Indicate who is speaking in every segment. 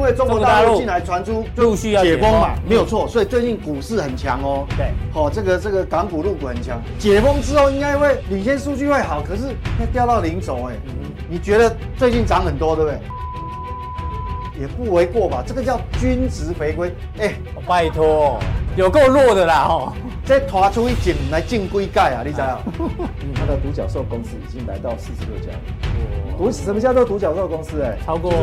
Speaker 1: 为中国大陆进来传出
Speaker 2: 陆续要
Speaker 1: 解封嘛，
Speaker 2: 嗯
Speaker 1: 没有错，所以最近股市很强哦。
Speaker 2: 对
Speaker 1: 好、这个这个港股入股很强，解封之后应该会领先数据会好，可是那掉到零轴哎、
Speaker 3: 嗯
Speaker 1: 你觉得最近涨很多对不对？也不为过吧，这个叫均值回归。哎、
Speaker 2: 哦拜托，有够弱的啦哦。
Speaker 1: 这拖出一井来进龟盖啊，你知道？
Speaker 3: 因 为它的独角兽公司已经来到四十六家了。独什么叫做独角兽公司、哎，
Speaker 2: 超过
Speaker 3: 就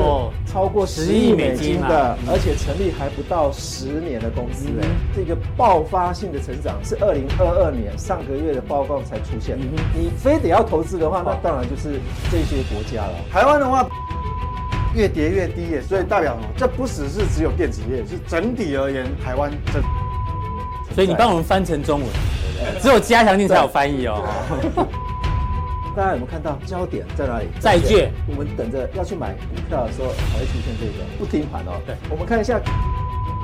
Speaker 3: 是超过十亿美金
Speaker 2: 10亿美金
Speaker 3: 的
Speaker 2: 啊，
Speaker 3: 而且成立还不到十年的公司、
Speaker 1: 嗯
Speaker 3: 哎、这个爆发性的成长是二零二二年上个月的报告才出现。
Speaker 2: 嗯
Speaker 3: 你非得要投资的话，那当然就是这些国家了。
Speaker 1: 台湾的话越跌越低耶，所以代表什么？这不只是只有电子业，是整体而言，台湾这
Speaker 2: 所以你帮我们翻成中文，只有加强定才有翻译哦。
Speaker 3: 大家有没有看到焦点在哪里？
Speaker 2: 债券
Speaker 3: 我们等着要去买股票的时候才会出现这个不停盘哦。
Speaker 2: 对，
Speaker 3: 我们看一下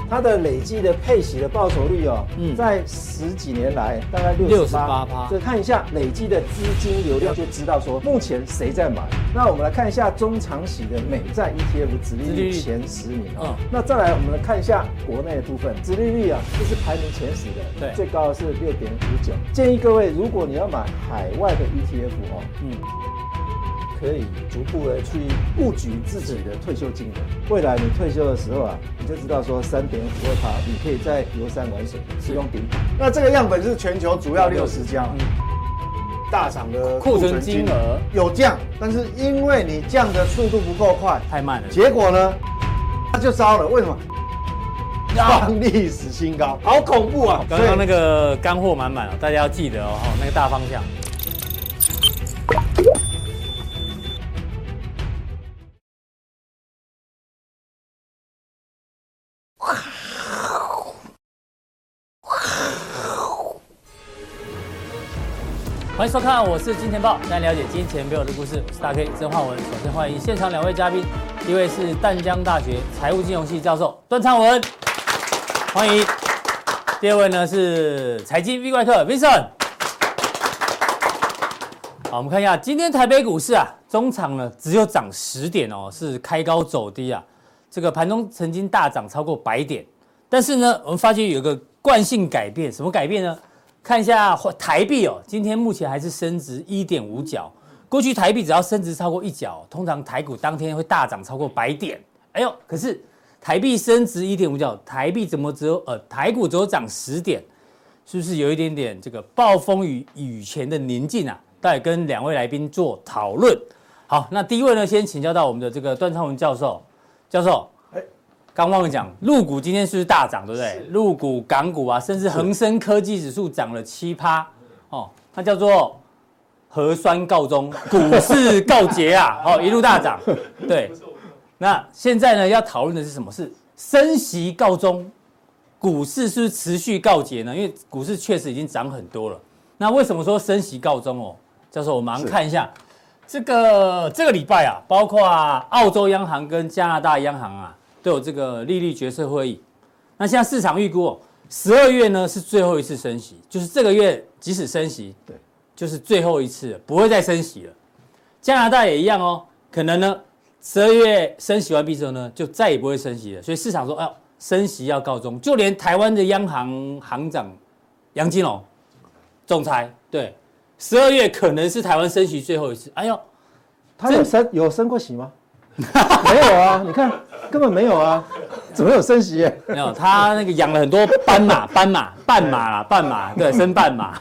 Speaker 3: 它的累计的配息的报酬率哦，
Speaker 2: 嗯
Speaker 3: 在十几年来大概六十八
Speaker 2: 68%
Speaker 3: 所以看一下累计的资金流量就知道说目前谁在买。那我们来看一下中长期的美债 E ETF 殖利
Speaker 2: 殖利
Speaker 3: 率
Speaker 2: 率
Speaker 3: 前十名哦。
Speaker 2: 嗯
Speaker 3: 那再来我们来看一下国内的部分，殖利率啊，这是排名前十的，
Speaker 2: 对
Speaker 3: 最高的是六点五九。建议各位，如果你要买海外的 ETF 哦，
Speaker 2: 嗯，
Speaker 3: 可以逐步的去布局自己的退休金额。未来你退休的时候啊，你就知道说三点五二趴，你可以在游山玩水，是用顶盘。
Speaker 1: 那这个样本是全球主要六十家嘛大厂的
Speaker 2: 嗯库存金额
Speaker 1: 有降，但是因为你降的速度不够快，
Speaker 2: 太慢了。
Speaker 1: 结果呢，它就糟了。为什么？创历史新高，好恐怖
Speaker 3: 哦
Speaker 1: 啊！
Speaker 2: 啊刚刚那
Speaker 1: 个
Speaker 2: 个干货满满哦，大家要记得哦，哦那个大方向。欢迎收看，我是金钱豹，带你了解金钱背后的故事。我是大 K 曾焕文。首先欢迎现场两位嘉宾，一位是淡江大学财务金融系教授段昌文，欢迎。第二位呢是财经 V 怪客 Vincent。好，我们看一下今天台北股市啊，中场呢只有涨十点哦，是开高走低啊。这个盘中曾经大涨超过百点，但是呢，我们发觉有个惯性改变，什么改变呢？看一下台币哦，今天目前还是升值一点五角。过去台币只要升值超过一角，通常台股当天会大涨超过百点。哎呦，可是台币升值一点五角，台币怎么只有呃台股只有涨十点？是不是有一点点这个暴风雨雨前的宁静啊？待跟两位来宾做讨论。好，那第一位呢，先请教到我们的这个段昌文教授。教授，
Speaker 1: 哎
Speaker 2: 刚忘了讲，陆股今天是不是大涨，对不对？陆股、港股啊，甚至恒生科技指数涨了七趴哦，它叫做核酸告终，股市告捷啊，哦，一路大涨。对，那现在呢，要讨论的是什么？是升息告终，股市是不是持续告捷呢？因为股市确实已经涨很多了。那为什么说升息告终哦？教授，我马上看一下这个这个礼拜啊，包括啊澳洲央行跟加拿大央行啊都有这个利率决策会议。那现在市场预估哦，十二月呢是最后一次升息，就是这个月即使升息，
Speaker 3: 对，
Speaker 2: 就是最后一次了不会再升息了。加拿大也一样哦，可能呢十二月升息完毕之后呢，就再也不会升息了。所以市场说，哎呦，升息要告终。就连台湾的央行行长杨金龙总裁，对，十二月可能是台湾升息最后一次。哎呦，
Speaker 3: 它有升有升过息吗？没有啊，你看根本没有啊，怎么有升息、哎
Speaker 2: 没有，他那个养了很多斑马、斑马、半马啦，半马，对，升半马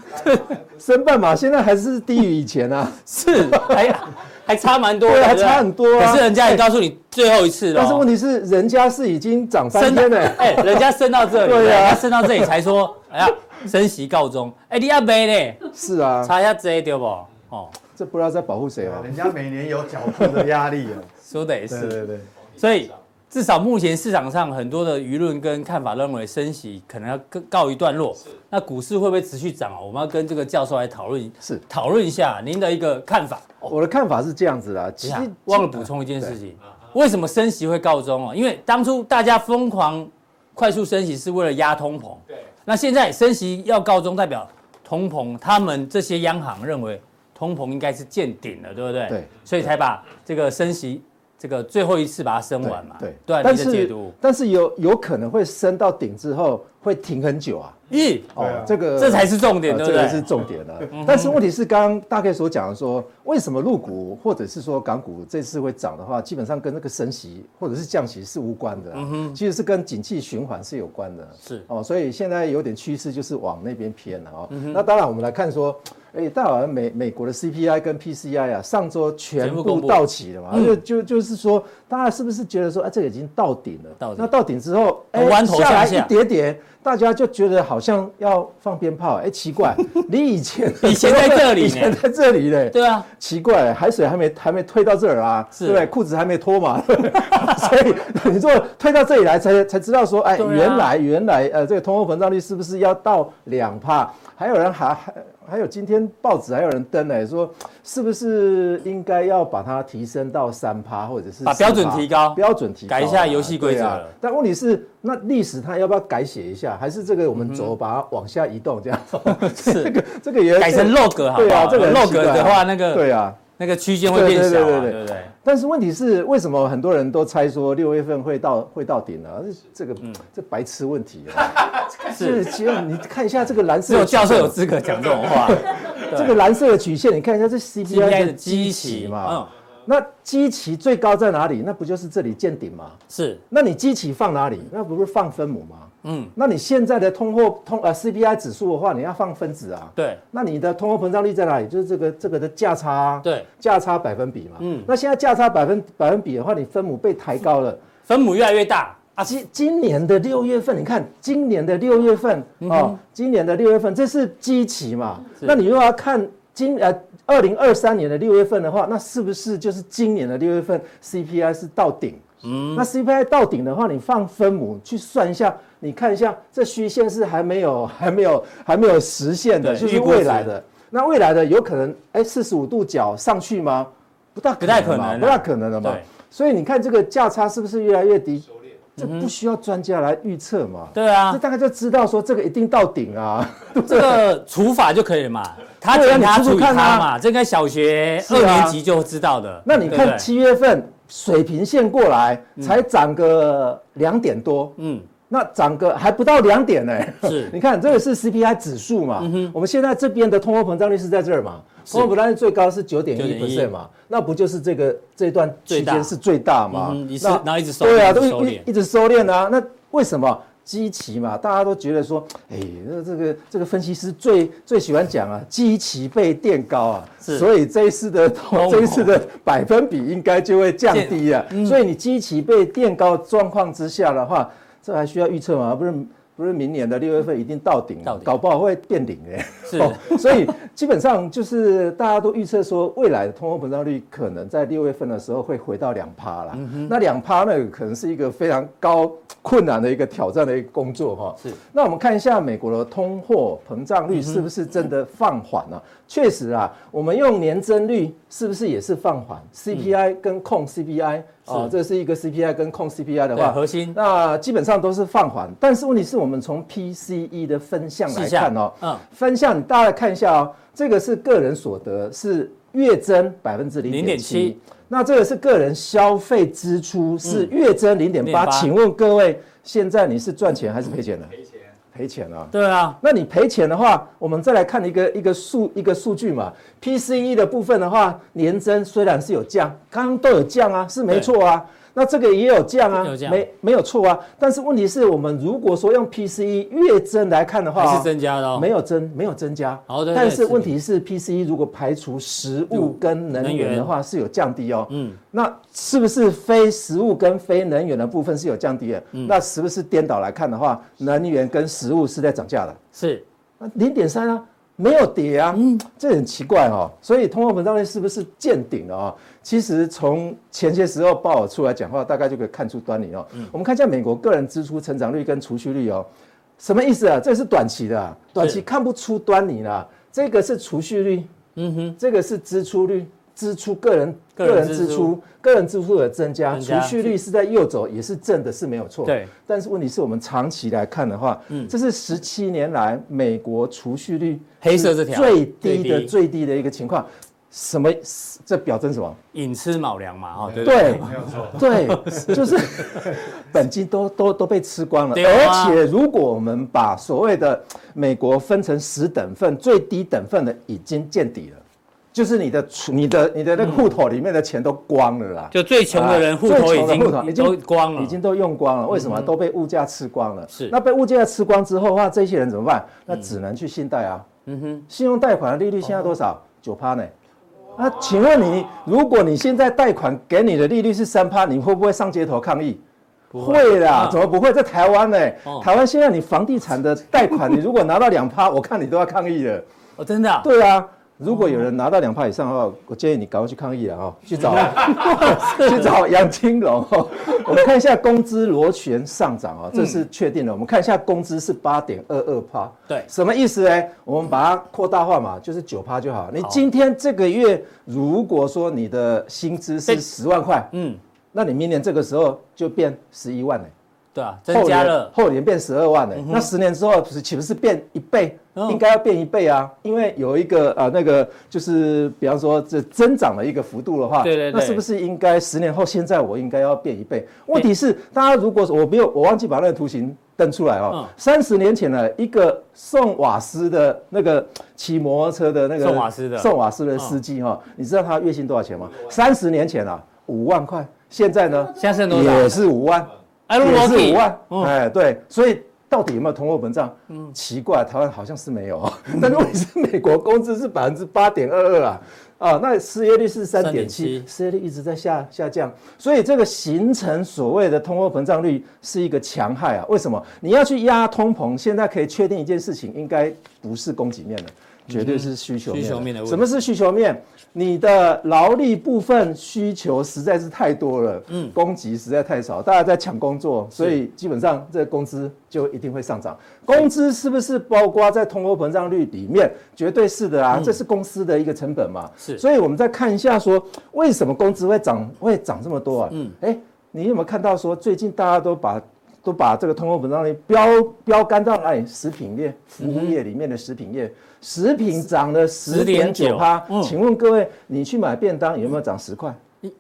Speaker 3: 升半码现在还是低于以前啊，
Speaker 2: 是，还还差蛮多的，
Speaker 3: 对啊
Speaker 2: 不
Speaker 3: 差很多啊
Speaker 2: 可是人家也告诉你最后一次了 哦，
Speaker 3: 但是问题是人家是已经涨三
Speaker 2: 升
Speaker 3: 天
Speaker 2: 的
Speaker 3: 了、
Speaker 2: 哎、人家升到这里，
Speaker 3: 对啊
Speaker 2: 人家升到这里才说，哎呀，升息告终，哎、你要没嘞，
Speaker 3: 是啊，
Speaker 2: 查一下这对不？哦，
Speaker 3: 这不知道在保护谁
Speaker 2: 啊
Speaker 3: 哦。
Speaker 1: 啊人家每年有缴付的压力啊。
Speaker 2: 说的也
Speaker 1: 对
Speaker 2: 是，
Speaker 1: 对对，
Speaker 2: 所以至少目前市场上很多的舆论跟看法认为升息可能要告告一段落，那股市会不会持续涨啊？我们要跟这个教授来讨论，
Speaker 3: 是
Speaker 2: 讨论一下您的一个看法。
Speaker 3: 我的看法是这样子啦，
Speaker 2: 等
Speaker 3: 其
Speaker 2: 一
Speaker 3: 实
Speaker 2: 下忘了补充一件事情，为什么升息会告终哦？因为当初大家疯狂快速升息是为了压通膨，对。那现在升息要告终，代表通膨，他们这些央行认为通膨应该是见顶了，对不对？
Speaker 3: 对
Speaker 2: 所以才把这个升息这个最后一次把它升完嘛？
Speaker 3: 对
Speaker 2: 对啊，
Speaker 3: 但
Speaker 2: 你的解
Speaker 3: 是
Speaker 2: 读，
Speaker 3: 但是有有可能会升到顶之后会停很久啊。
Speaker 2: 咦，
Speaker 1: 对啊
Speaker 3: 这个
Speaker 2: 这才是重点
Speaker 3: 呃
Speaker 2: 对不嗯
Speaker 3: 这
Speaker 2: 对
Speaker 3: 个是重点的。但是问题是，刚刚大概所讲的说，为什么陆股或者是说港股这次会涨的话，基本上跟那个升息或者是降息是无关的啊、
Speaker 2: 嗯
Speaker 3: 其实是跟景气循环是有关的。
Speaker 2: 是嗯
Speaker 3: 哦，所以现在有点趋势就是往那边偏了哦。那当然，我们来看说。哎，大好像美美国的 CPI 跟 PCI 啊，上周全
Speaker 2: 全部
Speaker 3: 部
Speaker 2: 公布
Speaker 3: 到期了嘛，就就就是说，大家是不是觉得说，哎、这个已经到顶了？
Speaker 2: 到顶
Speaker 3: 那到顶之后，哎，
Speaker 2: 弯头
Speaker 3: 下来
Speaker 2: 向下
Speaker 3: 一点点，大家就觉得好像要放鞭炮。哎，奇 怪，你以前
Speaker 2: 以前在这里 呢
Speaker 3: 以前在这里嘞。
Speaker 2: 对啊，
Speaker 3: 奇怪，海水还没还没退到这儿啊，
Speaker 2: 是
Speaker 3: 对不对？裤子还没脱嘛， 所以你如果退到这里来才才知道说，哎，
Speaker 2: 对啊
Speaker 3: 原来原来呃，这个通货膨胀率是不是要到两帕？还有人还还还有今天报纸还有人登哎说，是不是应该要把它提升到三趴或者是
Speaker 2: 把
Speaker 3: 4%
Speaker 2: 标准提高
Speaker 3: 标准提高啊、
Speaker 2: 改一下游戏规则
Speaker 3: 对啊但问题是，那历史它要不要改写一下？还是这个我们轴把它往下移动这样？ 这
Speaker 2: 嗯是
Speaker 3: 个这个也
Speaker 2: 改成 log 好
Speaker 3: 对
Speaker 2: 不
Speaker 3: 啊
Speaker 2: 好？，
Speaker 3: 这个很
Speaker 2: log
Speaker 3: 奇怪啊
Speaker 2: 的话，那个
Speaker 3: 对啊。
Speaker 2: 那个区间会变小啊，
Speaker 3: 对对对对
Speaker 2: 对不对？
Speaker 3: 但是问题是，为什么很多人都猜说六月份会到会到顶呢、啊这这个、这白痴问题啊！
Speaker 2: 嗯 是
Speaker 3: 是，其实你看一下这个蓝
Speaker 2: 只
Speaker 3: 色
Speaker 2: 有
Speaker 3: 的
Speaker 2: 教授有
Speaker 3: 曲
Speaker 2: 资格讲这 种话。
Speaker 3: 线这个蓝色的曲线，你看一下这 CPI
Speaker 2: CPI
Speaker 3: 的
Speaker 2: 的
Speaker 3: 基期
Speaker 2: 基期嗯
Speaker 3: 嘛
Speaker 2: 嘛，，
Speaker 3: 那基期最高在哪里？那不就是这里见顶吗？
Speaker 2: 是，
Speaker 3: 那你基期放哪里？那不是放分母吗？
Speaker 2: 嗯，
Speaker 3: 那你现在的通货通呃 CPI 指数的话，你要放分子啊。
Speaker 2: 对，
Speaker 3: 那你的通货膨胀率在哪里？就是这个这个的价差、啊。
Speaker 2: 对，
Speaker 3: 价差百分比嘛。嗯
Speaker 2: 嗯。
Speaker 3: 那现在价差百分百分比的话，你分母被抬高了。
Speaker 2: 分母越来越大啊，
Speaker 3: 今今年的六月份，你看今年的六月份哦，今年的六月份这是基期嘛？
Speaker 2: 嗯是
Speaker 3: 那你如果要看今呃二零二三年的六月份的话，那是不是就是今年的六月份 CPI 是到顶？嗯，那 CPI 到顶的话，你放分母去算一下，你看一下这虚线是还没有 还没有还没有实现的，
Speaker 2: 对
Speaker 3: 就是
Speaker 2: 预估值
Speaker 3: 未来的。那未来的有可能哎四十五度角上去吗？不大
Speaker 2: 不太可
Speaker 3: 嘛
Speaker 2: 能啊
Speaker 3: 不大可能了嘛
Speaker 2: 对。
Speaker 3: 所以你看这个价差是不是越来越低？这不需要专家来预测嘛？
Speaker 2: 对啊
Speaker 3: 这大概就知道说这个一定到顶啊。
Speaker 2: 这个除法就可以了嘛，他
Speaker 3: 对啊
Speaker 2: 减
Speaker 3: 你
Speaker 2: 他
Speaker 3: 除除
Speaker 2: 除以他
Speaker 3: 看啊
Speaker 2: 嘛，这应该小学
Speaker 3: 是
Speaker 2: 二
Speaker 3: 啊
Speaker 2: 年级就知道的。
Speaker 3: 那你
Speaker 2: 对不
Speaker 3: 看
Speaker 2: 对
Speaker 3: 七月份水平线过来才涨个两点多，
Speaker 2: 嗯，
Speaker 3: 那涨个还不到两点呢、
Speaker 2: 是 嗯
Speaker 3: 你看这个是 CPI 指数嘛，我们现在这边的通货膨胀率是在这儿嘛，通货膨胀率最高是九点一 percent 嘛，那不就是这个这段区
Speaker 2: 最大
Speaker 3: 间是最大嘛？
Speaker 2: 嗯哼一次
Speaker 3: 那
Speaker 2: 然后一直收敛
Speaker 3: 对啊，
Speaker 2: 一直
Speaker 3: 都
Speaker 2: 收
Speaker 3: 一
Speaker 2: 敛
Speaker 3: 一一直收敛啊。那为什么？基期嘛，大家都觉得说，哎、那这个这个分析师最最喜欢讲啊，基期被垫高啊，
Speaker 2: 是
Speaker 3: 所以这一次的
Speaker 2: 哦
Speaker 3: 这一次的百分比应该就会降低啊。
Speaker 2: 嗯
Speaker 3: 所以你基期被垫高状况之下的话，这还需要预测吗？不是。不是明年的六月份一定到顶啊，
Speaker 2: 到顶
Speaker 3: 搞不好会变零哎、
Speaker 2: 是
Speaker 3: 所以基本上就是大家都预测说，未来的通货膨胀率可能在六月份的时候会回到两趴
Speaker 2: 嗯
Speaker 3: 啦。那两趴呢，可能是一个非常高困难的一个挑战的一个工作哈。
Speaker 2: 是。嗯
Speaker 3: 那我们看一下美国的通货膨胀率是不是真的放缓了、确实啊，我们用年增率是不是也是放缓？CPI 跟控 CPI 啊、
Speaker 2: 嗯是
Speaker 3: 这是一个 CPI 跟控 CPI 的
Speaker 2: 对
Speaker 3: 话，
Speaker 2: 核心
Speaker 3: 那基本上都是放缓。但是问题是我们从 PCE 的分项来
Speaker 2: 是这样
Speaker 3: 看哦，
Speaker 2: 嗯
Speaker 3: 分项，你大家来看一下哦，这个是个人所得是月增百分之零点七
Speaker 2: 0.7，
Speaker 3: 那这个是个人消费支出是月增嗯零点八。
Speaker 2: 0.8
Speaker 3: 请问各位，现在你是赚钱还是赔钱呢？赔钱，赔钱啊！
Speaker 2: 对啊，
Speaker 3: 那你赔钱的话，我们再来看一个一个数一个数据嘛。PCE 的部分的话，年增虽然是有降，刚刚都有降啊，是没错啊。那这个也有降啊，
Speaker 2: 有降
Speaker 3: 没没有错啊。但是问题是我们如果说用 PCE 月增来看的话啊，
Speaker 2: 还是增加的哦。
Speaker 3: 没有增，没有增加。
Speaker 2: 哦对对
Speaker 3: 但是
Speaker 2: 是
Speaker 3: 问题是，PCE 如果排除食物跟能
Speaker 2: 能
Speaker 3: 源
Speaker 2: 源
Speaker 3: 的话，是有降低哦。
Speaker 2: 嗯，
Speaker 3: 那是不是非食物跟非能源的部分是有降低的？
Speaker 2: 嗯
Speaker 3: 那是不是颠倒来看的话，能源跟食物是在涨价的？
Speaker 2: 是
Speaker 3: 那零点三啊，没有跌啊，
Speaker 2: 嗯
Speaker 3: 这很奇怪哦。所以通货膨胀率是不是见顶了啊、其实从前些时候鲍尔出来讲话，大概就可以看出端倪哦。
Speaker 2: 嗯
Speaker 3: 我们看一下美国个人支出成长率跟储蓄率哦，什么意思啊？这是短期的、啊，短期看不出端倪啦。这个是储蓄率，嗯哼，这个是支出率。支出个人
Speaker 2: 个人
Speaker 3: 支
Speaker 2: 支出
Speaker 3: 出个人支出的增加，
Speaker 2: 增
Speaker 3: 储
Speaker 2: 加
Speaker 3: 蓄率是在右走，也是正的，是没有错。
Speaker 2: 对嗯
Speaker 3: 但是问题是我们长期来看的话，这是十七年来美国储蓄率
Speaker 2: 黑色这条
Speaker 3: 最低的
Speaker 2: 最低
Speaker 3: 最低的一个情况。什么？这表征什么？
Speaker 2: 寅吃卯粮嘛，哈，对不
Speaker 3: 对
Speaker 4: 没有错。
Speaker 3: 对， 就是本金都都都被吃光了。
Speaker 2: 对啊
Speaker 3: 而且如果我们把所谓的美国分成十等份，最低等份的已经见底了，就是你的储你的你的
Speaker 2: 嗯
Speaker 3: 那个户头里面的钱都光了啦。
Speaker 2: 就最穷的人户头
Speaker 3: 哎最
Speaker 2: 已
Speaker 3: 穷的
Speaker 2: 经
Speaker 3: 户头已经
Speaker 2: 都光了，嗯
Speaker 3: 已经都用光了，为什么？都被物价吃光了。
Speaker 2: 是嗯
Speaker 3: 那被物价吃光之后的话，这些人怎么办？那只能去信贷啊。嗯哼，信用贷款的利率现在多
Speaker 2: 哦
Speaker 3: 少？九趴呢？那请问你，如果你现在贷款给你的利率是三趴，你会不会上街头抗议？会啦
Speaker 2: 啊，
Speaker 3: 怎么不会？在台湾呢、
Speaker 2: 哦
Speaker 3: 台湾现在你房地产的贷款，你如果拿到两趴，我看你都要抗议了。
Speaker 2: 哦，真的啊，
Speaker 3: 对啊，如果有人拿到两趴以上的话，我建议你赶快去抗议了哦，去找 去找杨金龙哦。我们看一下工资螺旋上涨哦，这是确定的。我们看一下工资是八点二二趴，
Speaker 2: 对
Speaker 3: 什么意思呢？我们把它扩大化嘛，就是九趴就好。你今天这个月如果说你的薪资
Speaker 2: 对
Speaker 3: 是十万块，
Speaker 2: 嗯，
Speaker 3: 那你明年这个时候就变十一万了。
Speaker 2: 对啊，增加了，
Speaker 3: 后年后年变十二万呢、那十年之后不是岂不是变一倍？
Speaker 2: 嗯
Speaker 3: 应该要变一倍啊，因为有一个呃那个就是比方说这增长的一个幅度的话，
Speaker 2: 对对对
Speaker 3: 那是不是应该十年后现在我应该要变一倍？问题是大家如果我没有我忘记把那个图形登出来哦
Speaker 2: 嗯，
Speaker 3: 三、十年前呢一个送瓦斯的那个骑摩托车的那个
Speaker 2: 送瓦斯的嗯
Speaker 3: 送瓦斯的司机哈、哦，你知道他月薪多少钱吗？三十年前啊五万块，现在呢
Speaker 2: 现在剩多
Speaker 3: 也
Speaker 2: 少？
Speaker 3: 是五万。
Speaker 2: 哎
Speaker 3: 也是五万，
Speaker 2: 嗯
Speaker 3: 哎，对，所以到底有没有通货膨胀？嗯，奇怪，台湾好像是没有，啊 但问题是美国工资是百分之八点二二啊，啊，那失业率是三点七
Speaker 2: 3.7，
Speaker 3: 失业率一直在下下降，所以这个形成所谓的通货膨胀率是一个强害啊。为什么？你要去压通膨，现在可以确定一件事情，应该不是供给面了。绝对是需求面
Speaker 2: 嗯需求面的问题
Speaker 3: 什么是需求面？你的劳力部分需求实在是太多了，嗯，供给实在太少，大家在抢工作，所以基本上这个工资就一定会上涨。工资是不是包括在通货膨胀率里面？绝对是的啊，这是公司的一个成本嘛。
Speaker 2: 是
Speaker 3: 所以我们再看一下说，为什么工资会涨会涨这么多啊？嗯，哎，你有没有看到说最近大家都把都把这个通货膨胀率标标杆到哪里？食品业、
Speaker 2: 嗯
Speaker 3: 服务业里面的食品业，食品涨了十点九趴
Speaker 2: 嗯。
Speaker 3: 请问各位，你去买便当有没有涨十块？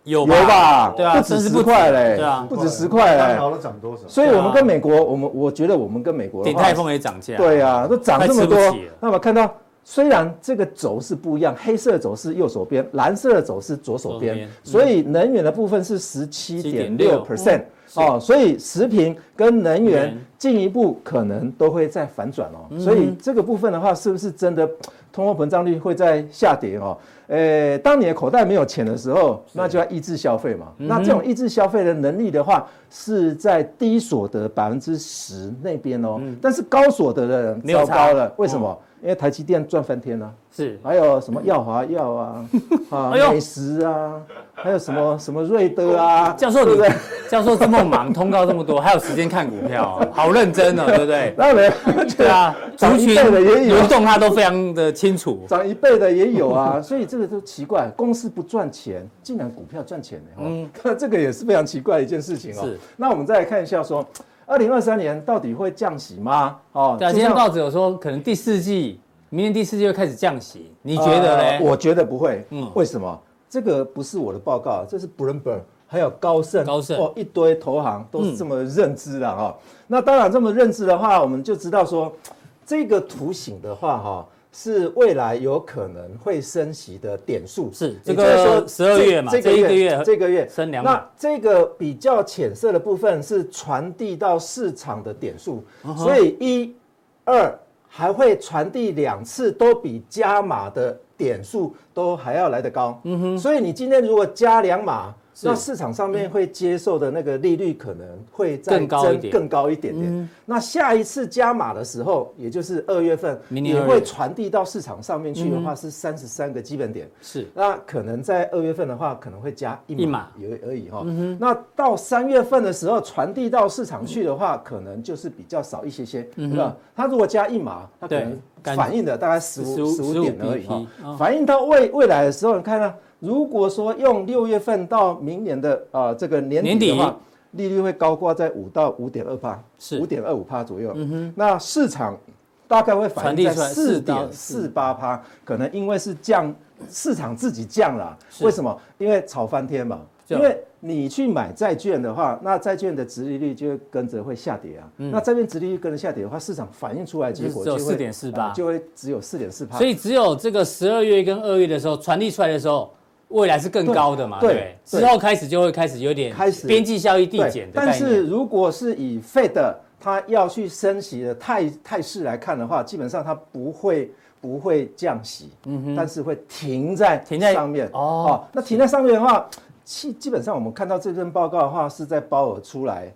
Speaker 2: 有对啊，
Speaker 3: 不
Speaker 2: 甚
Speaker 3: 止
Speaker 2: 至
Speaker 3: 十块嘞，
Speaker 2: 对啊，
Speaker 3: 不止十块
Speaker 4: 蛋
Speaker 3: 嘞。
Speaker 4: 好了涨多少？
Speaker 3: 所以我们
Speaker 2: 对啊
Speaker 3: 跟美国，我们我觉得我们跟美国的
Speaker 2: 鼎
Speaker 3: 话
Speaker 2: 泰丰也涨价，
Speaker 3: 对啊，都涨这么多
Speaker 2: 快吃不起了。
Speaker 3: 那么看到，虽然这个轴是不一样，黑色的轴是右手边，蓝色的轴是左手
Speaker 2: 左手
Speaker 3: 边
Speaker 2: 边，嗯
Speaker 3: 所以能源的部分是十七点六
Speaker 2: 17.6
Speaker 3: percent。哦，所以食品跟能源
Speaker 2: 源嗯
Speaker 3: 进一步可能都会再反转哦，所以这个部分的话，是不是真的通货膨胀率会在下跌哦？呃，当你的口袋没有钱的时候，那就要抑制消费嘛。
Speaker 2: 嗯
Speaker 3: 那这种抑制消费的能力的话，是在低所得百分之十那边哦，但是高所得的人
Speaker 2: 嗯没有
Speaker 3: 糟
Speaker 2: 差哦
Speaker 3: 糕了，为什么？因为台积电赚翻天了、啊
Speaker 2: 是
Speaker 3: 还有什么耀华药 啊，啊
Speaker 2: 哎呦
Speaker 3: 美食啊，还有什么什么瑞德啊，
Speaker 2: 教授
Speaker 3: 对
Speaker 2: 你
Speaker 3: 不对？
Speaker 2: 教授这么忙，通告这么多，还有时间看股 票哦，好认真哦，对不对？
Speaker 3: 当然，
Speaker 2: 对啊，族
Speaker 3: 长
Speaker 2: 群
Speaker 3: 一辈的也有啊
Speaker 2: 流动他都非常的清楚，
Speaker 3: 涨一倍的也有啊，所以这个都奇怪，公司不赚钱，竟然股票赚钱呢、哦，那 这个也是非常奇怪的一件事情哦
Speaker 2: 嗯是。
Speaker 3: 那我们再来看一下说，二零二三年到底会降息吗？哦，
Speaker 2: 对啊，
Speaker 3: 就
Speaker 2: 今天
Speaker 3: 像
Speaker 2: 报纸有说，可能第四季，明年第四季会开始降息，你觉得
Speaker 3: 呃
Speaker 2: 嘞？
Speaker 3: 我觉得不会，
Speaker 2: 嗯
Speaker 3: 嗯，为什么？这个不是我的报告，啊这是 Bloomberg 还有高盛，
Speaker 2: 高盛嗯
Speaker 3: 哦，一堆投行都是这么认知的哈、那当然这么认知的话，我们就知道说，这个图形的话哈、是未来有可能会升息的点数。
Speaker 2: 是
Speaker 3: 也
Speaker 2: 这
Speaker 3: 就是
Speaker 2: 个
Speaker 3: 说
Speaker 2: 12月嘛
Speaker 3: 这
Speaker 2: 这
Speaker 3: 这
Speaker 2: 一
Speaker 3: 个
Speaker 2: 个
Speaker 3: 月
Speaker 2: 月
Speaker 3: 这个月
Speaker 2: 升200
Speaker 3: 那这个比较浅色的部分是传递到市场的点数，
Speaker 2: 嗯
Speaker 3: 所以一、二还会传递两次，都比加码的点数都还要来得高。嗯哼，所以你今天如果加两码。那市场上面会接受的那个利率可能会再
Speaker 2: 更高一
Speaker 3: 增
Speaker 2: 点嗯
Speaker 3: 更高一点点。那下一次加码的时候，也就是二月份，
Speaker 2: 明年
Speaker 3: 也
Speaker 2: 2
Speaker 3: 会
Speaker 2: 月
Speaker 3: 传递到市场上面去的话是三十三个基本点。
Speaker 2: 是
Speaker 3: 那可能在二月份的话，可能会加一
Speaker 2: 一码嗯
Speaker 3: 码有而已哈、那到三月份的时候传递到市场去的话，可能就是比较少一些些，对吧？它如果加一码，它可
Speaker 2: 嗯对
Speaker 3: 能
Speaker 2: 感
Speaker 3: 反映的大概十五
Speaker 2: 15
Speaker 3: 十五点而已哈、
Speaker 2: 15哦
Speaker 3: 反映到未未来的时候，你看啊，如果说用六月份到明年的呃这个年
Speaker 2: 年
Speaker 3: 底
Speaker 2: 底
Speaker 3: 的话。利率会高挂在五到五点二帕，
Speaker 2: 是嗯
Speaker 3: 五点二五帕左右。那市场大概会反
Speaker 2: 传
Speaker 3: 映
Speaker 2: 递
Speaker 3: 在
Speaker 2: 出来
Speaker 3: 四
Speaker 2: 4到
Speaker 3: 点四八趴，可能因为是降市场自己降了啊，
Speaker 2: 是啊
Speaker 3: 为什么？因为炒翻天嘛。
Speaker 2: 就
Speaker 3: 因为你去买债券的话，那债券的殖利率就会跟着会下跌啊。那债券殖利率跟着下跌的话，市场反映出来的结果
Speaker 2: 嗯就是
Speaker 3: 就
Speaker 2: 只有
Speaker 3: 会
Speaker 2: 4.48
Speaker 3: 呃就会只有四点四趴。
Speaker 2: 所以只有这个十二月跟二月的时候传递出来的时候，未来是更高的嘛？
Speaker 3: 对
Speaker 2: 对，
Speaker 3: 对
Speaker 2: 之后开始就会开始有点
Speaker 3: 开始
Speaker 2: 边际效益递
Speaker 3: 对，
Speaker 2: 减的
Speaker 3: 但
Speaker 2: 概念。
Speaker 3: 是如果是以 Fed 它要去升息的态态势来看的话，基本上它不会不会降息，但是会停在
Speaker 2: 嗯停在
Speaker 3: 上面
Speaker 2: 哦
Speaker 3: 那停在上面的话，基基本上我们看到这份报告的话，是在鲍尔出来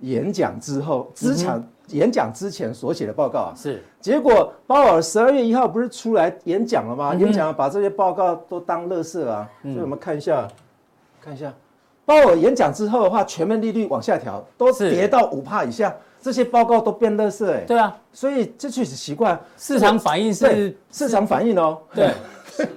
Speaker 3: 演讲之
Speaker 2: 嗯
Speaker 3: 后，资产、演讲之前所写的报告啊。
Speaker 2: 是
Speaker 3: 结果鲍尔十二月一号不是出来演讲了吗？
Speaker 2: 嗯
Speaker 3: 演讲把这些报告都当垃圾啊。所以我们看一下，看一下，鲍尔演讲之后的话，全面利率往下调，都
Speaker 2: 是
Speaker 3: 跌到五帕以下，这些报告都变垃圾哎、
Speaker 2: 对啊，
Speaker 3: 所以这确实奇怪，
Speaker 2: 市场反应是
Speaker 3: 对市场反应哦。
Speaker 2: 对，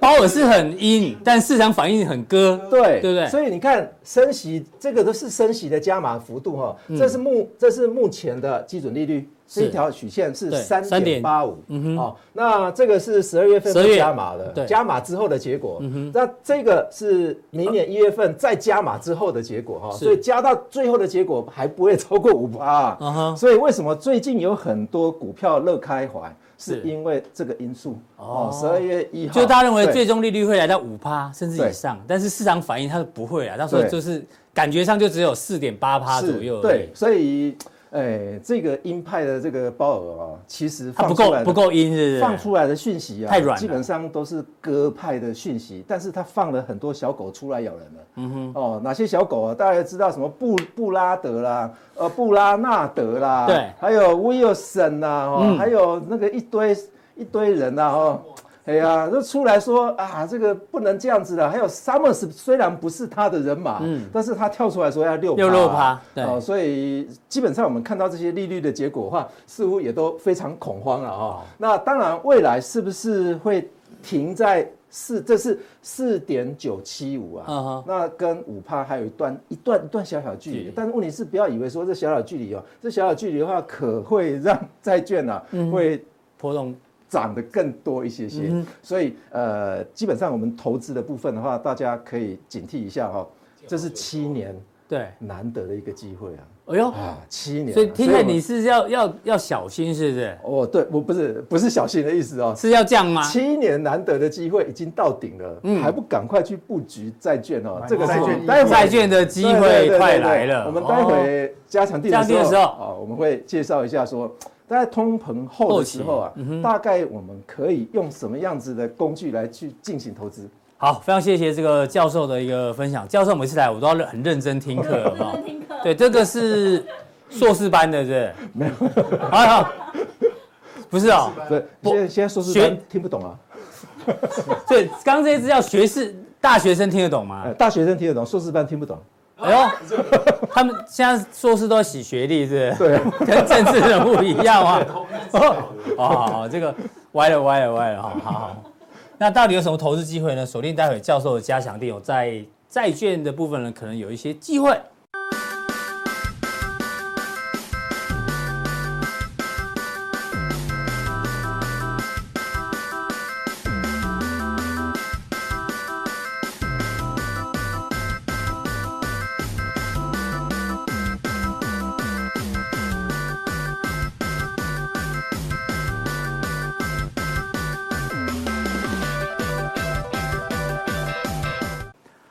Speaker 2: 鲍尔是很阴，但市场反应很割，
Speaker 3: 对
Speaker 2: 对不对？
Speaker 3: 所以你看升息，这个都是升息的加码幅度哈、这是目这是目前的基准利率，
Speaker 2: 嗯是
Speaker 3: 这一条曲线是
Speaker 2: 对
Speaker 3: 三点八五，嗯哦，那这个是十二月份
Speaker 2: 12月
Speaker 3: 加码的
Speaker 2: 对，嗯
Speaker 3: 加码之后的结果，那这个是明年一月份再加码之后的结果哈、
Speaker 2: 是
Speaker 3: 所以加到最后的结果还不会超过五八、
Speaker 2: 嗯哼
Speaker 3: 所以为什么最近有很多股票乐开怀？是
Speaker 2: 是
Speaker 3: 因为这个因素哦，十二月一号，
Speaker 2: 就大家认为
Speaker 3: 对
Speaker 2: 最终利率会来到五趴甚至以
Speaker 3: 对
Speaker 2: 上，但是市场反应它是不会啊，到时候
Speaker 3: 对
Speaker 2: 就是感觉上就只有四点八趴
Speaker 3: 是
Speaker 2: 左右而已，
Speaker 3: 对，所以，哎，这个鹰派的这个鲍尔啊，其实
Speaker 2: 它
Speaker 3: 放
Speaker 2: 不
Speaker 3: 出
Speaker 2: 够
Speaker 3: 来的
Speaker 2: 不够阴，是不是？
Speaker 3: 放出来的讯息啊，
Speaker 2: 太软了
Speaker 3: 基本上都是鸽派的讯息，但是他放了很多小狗出来咬人了。嗯哼，哦，哪些小狗啊？大家知道什么布布拉德啦，呃，布拉纳德啦，
Speaker 2: 对嗯
Speaker 3: 还有 Wilson 啦，哦，还有那个一堆一堆人呐、啊，哦。哎呀，就出来说啊，这个不能这样子的。还有 Summers 虽然不是他的人马，但是他跳出来说要六
Speaker 2: 嗯六六趴对
Speaker 3: 哦，所以基本上我们看到这些利率的结果的话，似乎也都非常恐慌了哦。那当然，未来是不是会停在四？这是四点九七五啊
Speaker 2: 嗯哼
Speaker 3: 那跟五趴还有一段一段一段小小距
Speaker 2: 距离
Speaker 3: 离。但是问题是，不要以为说这小小距离哦，这小小距离的话，可会让债券啊、
Speaker 2: 嗯
Speaker 3: 会
Speaker 2: 波动
Speaker 3: 涨得更多一些些。
Speaker 2: 嗯
Speaker 3: 所以呃，基本上我们投资的部分的话，大家可以警惕一下哈、哦，这是七年
Speaker 2: 对，
Speaker 3: 难得的一个机会啊。
Speaker 2: 哎呦，
Speaker 3: 啊，七年啊、
Speaker 2: 所以听起来
Speaker 3: 我
Speaker 2: 你是要要要小心，是不是？
Speaker 3: 哦，对我不是不是小心的意思哦，
Speaker 2: 是要这样吗？嗯
Speaker 3: 七年难得的机会已经到顶了，还不赶快去布局债券哦
Speaker 1: 买，
Speaker 3: 这个是
Speaker 1: 债
Speaker 3: 我
Speaker 1: 券
Speaker 3: 们待会
Speaker 2: 债券的机
Speaker 3: 对对对
Speaker 2: 会
Speaker 3: 对
Speaker 2: 快
Speaker 3: 对
Speaker 2: 来了，
Speaker 3: 我们待
Speaker 2: 哦
Speaker 3: 会加强地
Speaker 2: 加强地的
Speaker 3: 的
Speaker 2: 时
Speaker 3: 时
Speaker 2: 候
Speaker 3: 候啊，我们会介绍一下说。在通膨后的时候啊，
Speaker 2: 嗯
Speaker 3: 大概我们可以用什么样子的工具来去进行投资？
Speaker 2: 哦好，非常谢谢这个教授的一个分享。教授每次来我都要很认真听课， 好不好？
Speaker 4: 听课。
Speaker 2: 对，这个是硕士班的，是不是？没有，好好，不是哦。
Speaker 3: 对，
Speaker 2: 不
Speaker 3: 现在现在硕士
Speaker 2: 学
Speaker 3: 班听不懂啊，
Speaker 2: 所以刚刚这些资料，学士大学生听得懂吗
Speaker 3: 呃？大学生听得懂，硕士班听不懂。
Speaker 2: 哎呦，他们现在硕士都要洗学历，是 不是？
Speaker 3: 对啊，
Speaker 2: 跟政治人物一样啊。哦，好好，这个歪了歪了歪了，好好好。那到底有什么投资机会呢？锁定待会教授的加强定有在债券的部分呢，可能有一些机会。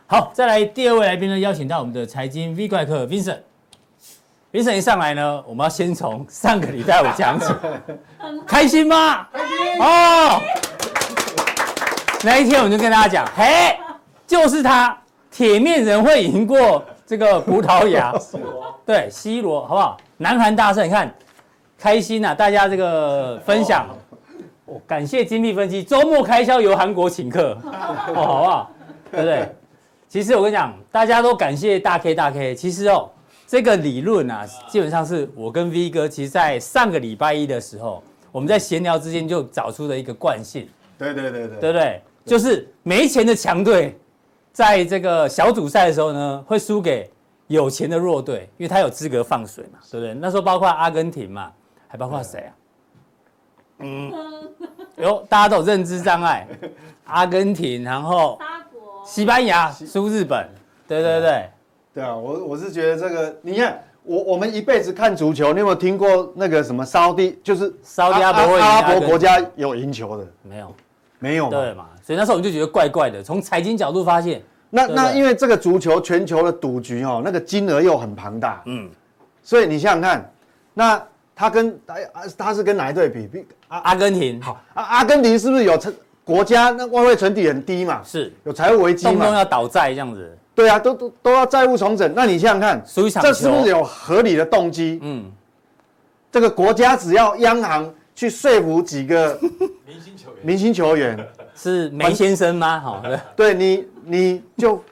Speaker 2: 好，再来第二位来宾呢，邀请到我们的财经 V 怪客 Vincent。Vincent 一上来呢，我们要先从上个礼拜我讲起，开心吗？开心哦。那一天我就跟大家讲，嘿，就是他，铁面人会赢过这个葡萄 牙，对，C 罗，好不好？南韩大胜，你看，开心啊！大家这个分享，哦、感谢精密分析，周末开销由韩国请 客，哦，好不好？对不对？其实我跟你讲，大家都感谢大 K 大 K。其实哦，这个理论啊，基本上是我跟 V 哥，其实在上个礼拜一的时候，我们在闲聊之间就找出了一个惯性，
Speaker 1: 对对对对
Speaker 2: 对不对？就是没钱的强队，在这个小组赛的时候呢，会输给有钱的弱队，因为他有资格放水嘛，对不对？那时候包括阿根廷嘛，还包括谁啊？哟，大家都有认知障碍，阿根廷，然后
Speaker 4: 沙国
Speaker 2: 西班牙输日本，对对对，
Speaker 1: 对啊，我我是觉得这个，你看我我们一辈子看足球，你有没有听过那个什么沙地，就是
Speaker 2: 沙特阿伯会赢
Speaker 1: 阿拉
Speaker 2: 阿
Speaker 1: 伯
Speaker 2: 根
Speaker 1: 国家有赢球的
Speaker 2: 没有，
Speaker 1: 没有嘛？
Speaker 2: 对嘛？所以那时候我们就觉得怪怪的，从财经角度发现，
Speaker 1: 那
Speaker 2: 对
Speaker 1: 那
Speaker 2: 对
Speaker 1: 因为这个足球全球的赌局哦，那个金额又很庞大，
Speaker 2: 嗯，
Speaker 1: 所以你想想看，那他跟哎啊他是跟哪一队比？比阿
Speaker 2: 阿根廷好
Speaker 1: 阿阿根廷是不是有成国家那外汇存底很低嘛？
Speaker 2: 是
Speaker 1: 有财务危机
Speaker 2: 动不动
Speaker 1: 嘛？
Speaker 2: 要倒债这样子，
Speaker 1: 对啊，都都都要债务重整。那你想想看，
Speaker 2: 输一场
Speaker 1: 这是不
Speaker 2: 球
Speaker 1: 是有合理的动机？
Speaker 2: 嗯，
Speaker 1: 这个国家只要央行去说服几个
Speaker 5: 明星球员。
Speaker 1: 明星球员，
Speaker 2: 是梅先生 吗？好，对
Speaker 1: 对你你就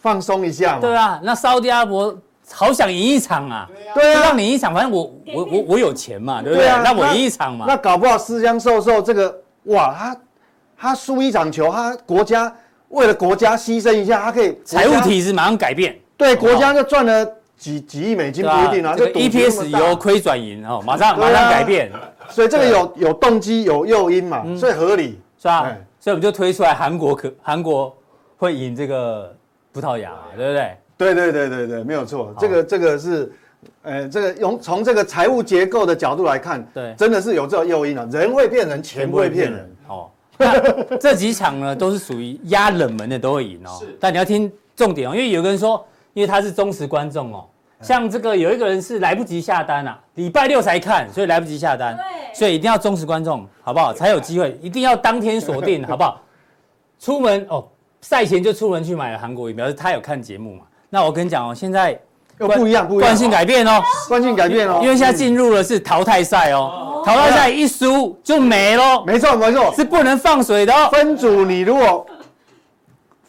Speaker 1: 放松一下嘛。
Speaker 2: 对啊，那沙特阿伯好想赢一场啊，
Speaker 1: 对
Speaker 2: 就
Speaker 1: 啊
Speaker 2: 让，你赢一场，反正我我我我有钱嘛，对不对？
Speaker 1: 对啊
Speaker 2: 那我赢一场嘛
Speaker 1: 那，搞不好私相授受这个哇，他他输一场球，他国家为了国家牺牲一下，他可以
Speaker 2: 财务
Speaker 1: 国家
Speaker 2: 体制马上改变，
Speaker 1: 对
Speaker 2: 好不好
Speaker 1: 国家就赚了几几亿美金不一定啊，
Speaker 2: 这
Speaker 1: 这
Speaker 2: 个 E
Speaker 1: 赌局那
Speaker 2: EPS
Speaker 1: 么大
Speaker 2: 由亏转盈哦，马上
Speaker 1: 对
Speaker 2: 马
Speaker 1: 啊
Speaker 2: 上改变，
Speaker 1: 所以这个有有动机有诱因嘛，
Speaker 2: 嗯
Speaker 1: 所以合理。
Speaker 2: 是吧
Speaker 1: 哎？
Speaker 2: 所以我们就推出来韩国可韩国会赢这个葡萄牙嘛，对不对？
Speaker 1: 对对对对对，没有错，这个这个是。呃，这个用从这个财务结构的角度来看，
Speaker 2: 对
Speaker 1: 真的是有这种诱因啊，人会骗人，钱不会骗人。
Speaker 2: 哦。 那这几场呢，都是属于压冷门的都会赢哦
Speaker 5: 是。
Speaker 2: 但你要听重点哦，因为有个人说，因为他是忠实观众哦，
Speaker 1: 嗯
Speaker 2: 像这个有一个人是来不及下单啊，礼拜六才看，所以来不及下单，
Speaker 4: 对
Speaker 2: 所以一定要忠实观众，好不好？才有机会，一定要当天锁 定，好不好？出门哦，赛前就出门去买了韩国疫苗，他有看节目嘛？那我跟你讲哦，现在
Speaker 1: 又不一样，不一样，
Speaker 2: 惯性改变哦，
Speaker 1: 惯性改变哦，
Speaker 2: 因为现在进入的是淘汰赛哦，淘汰赛一输就没喽
Speaker 1: 嗯，没错没错，
Speaker 2: 是不能放水的哦。
Speaker 1: 分组你如果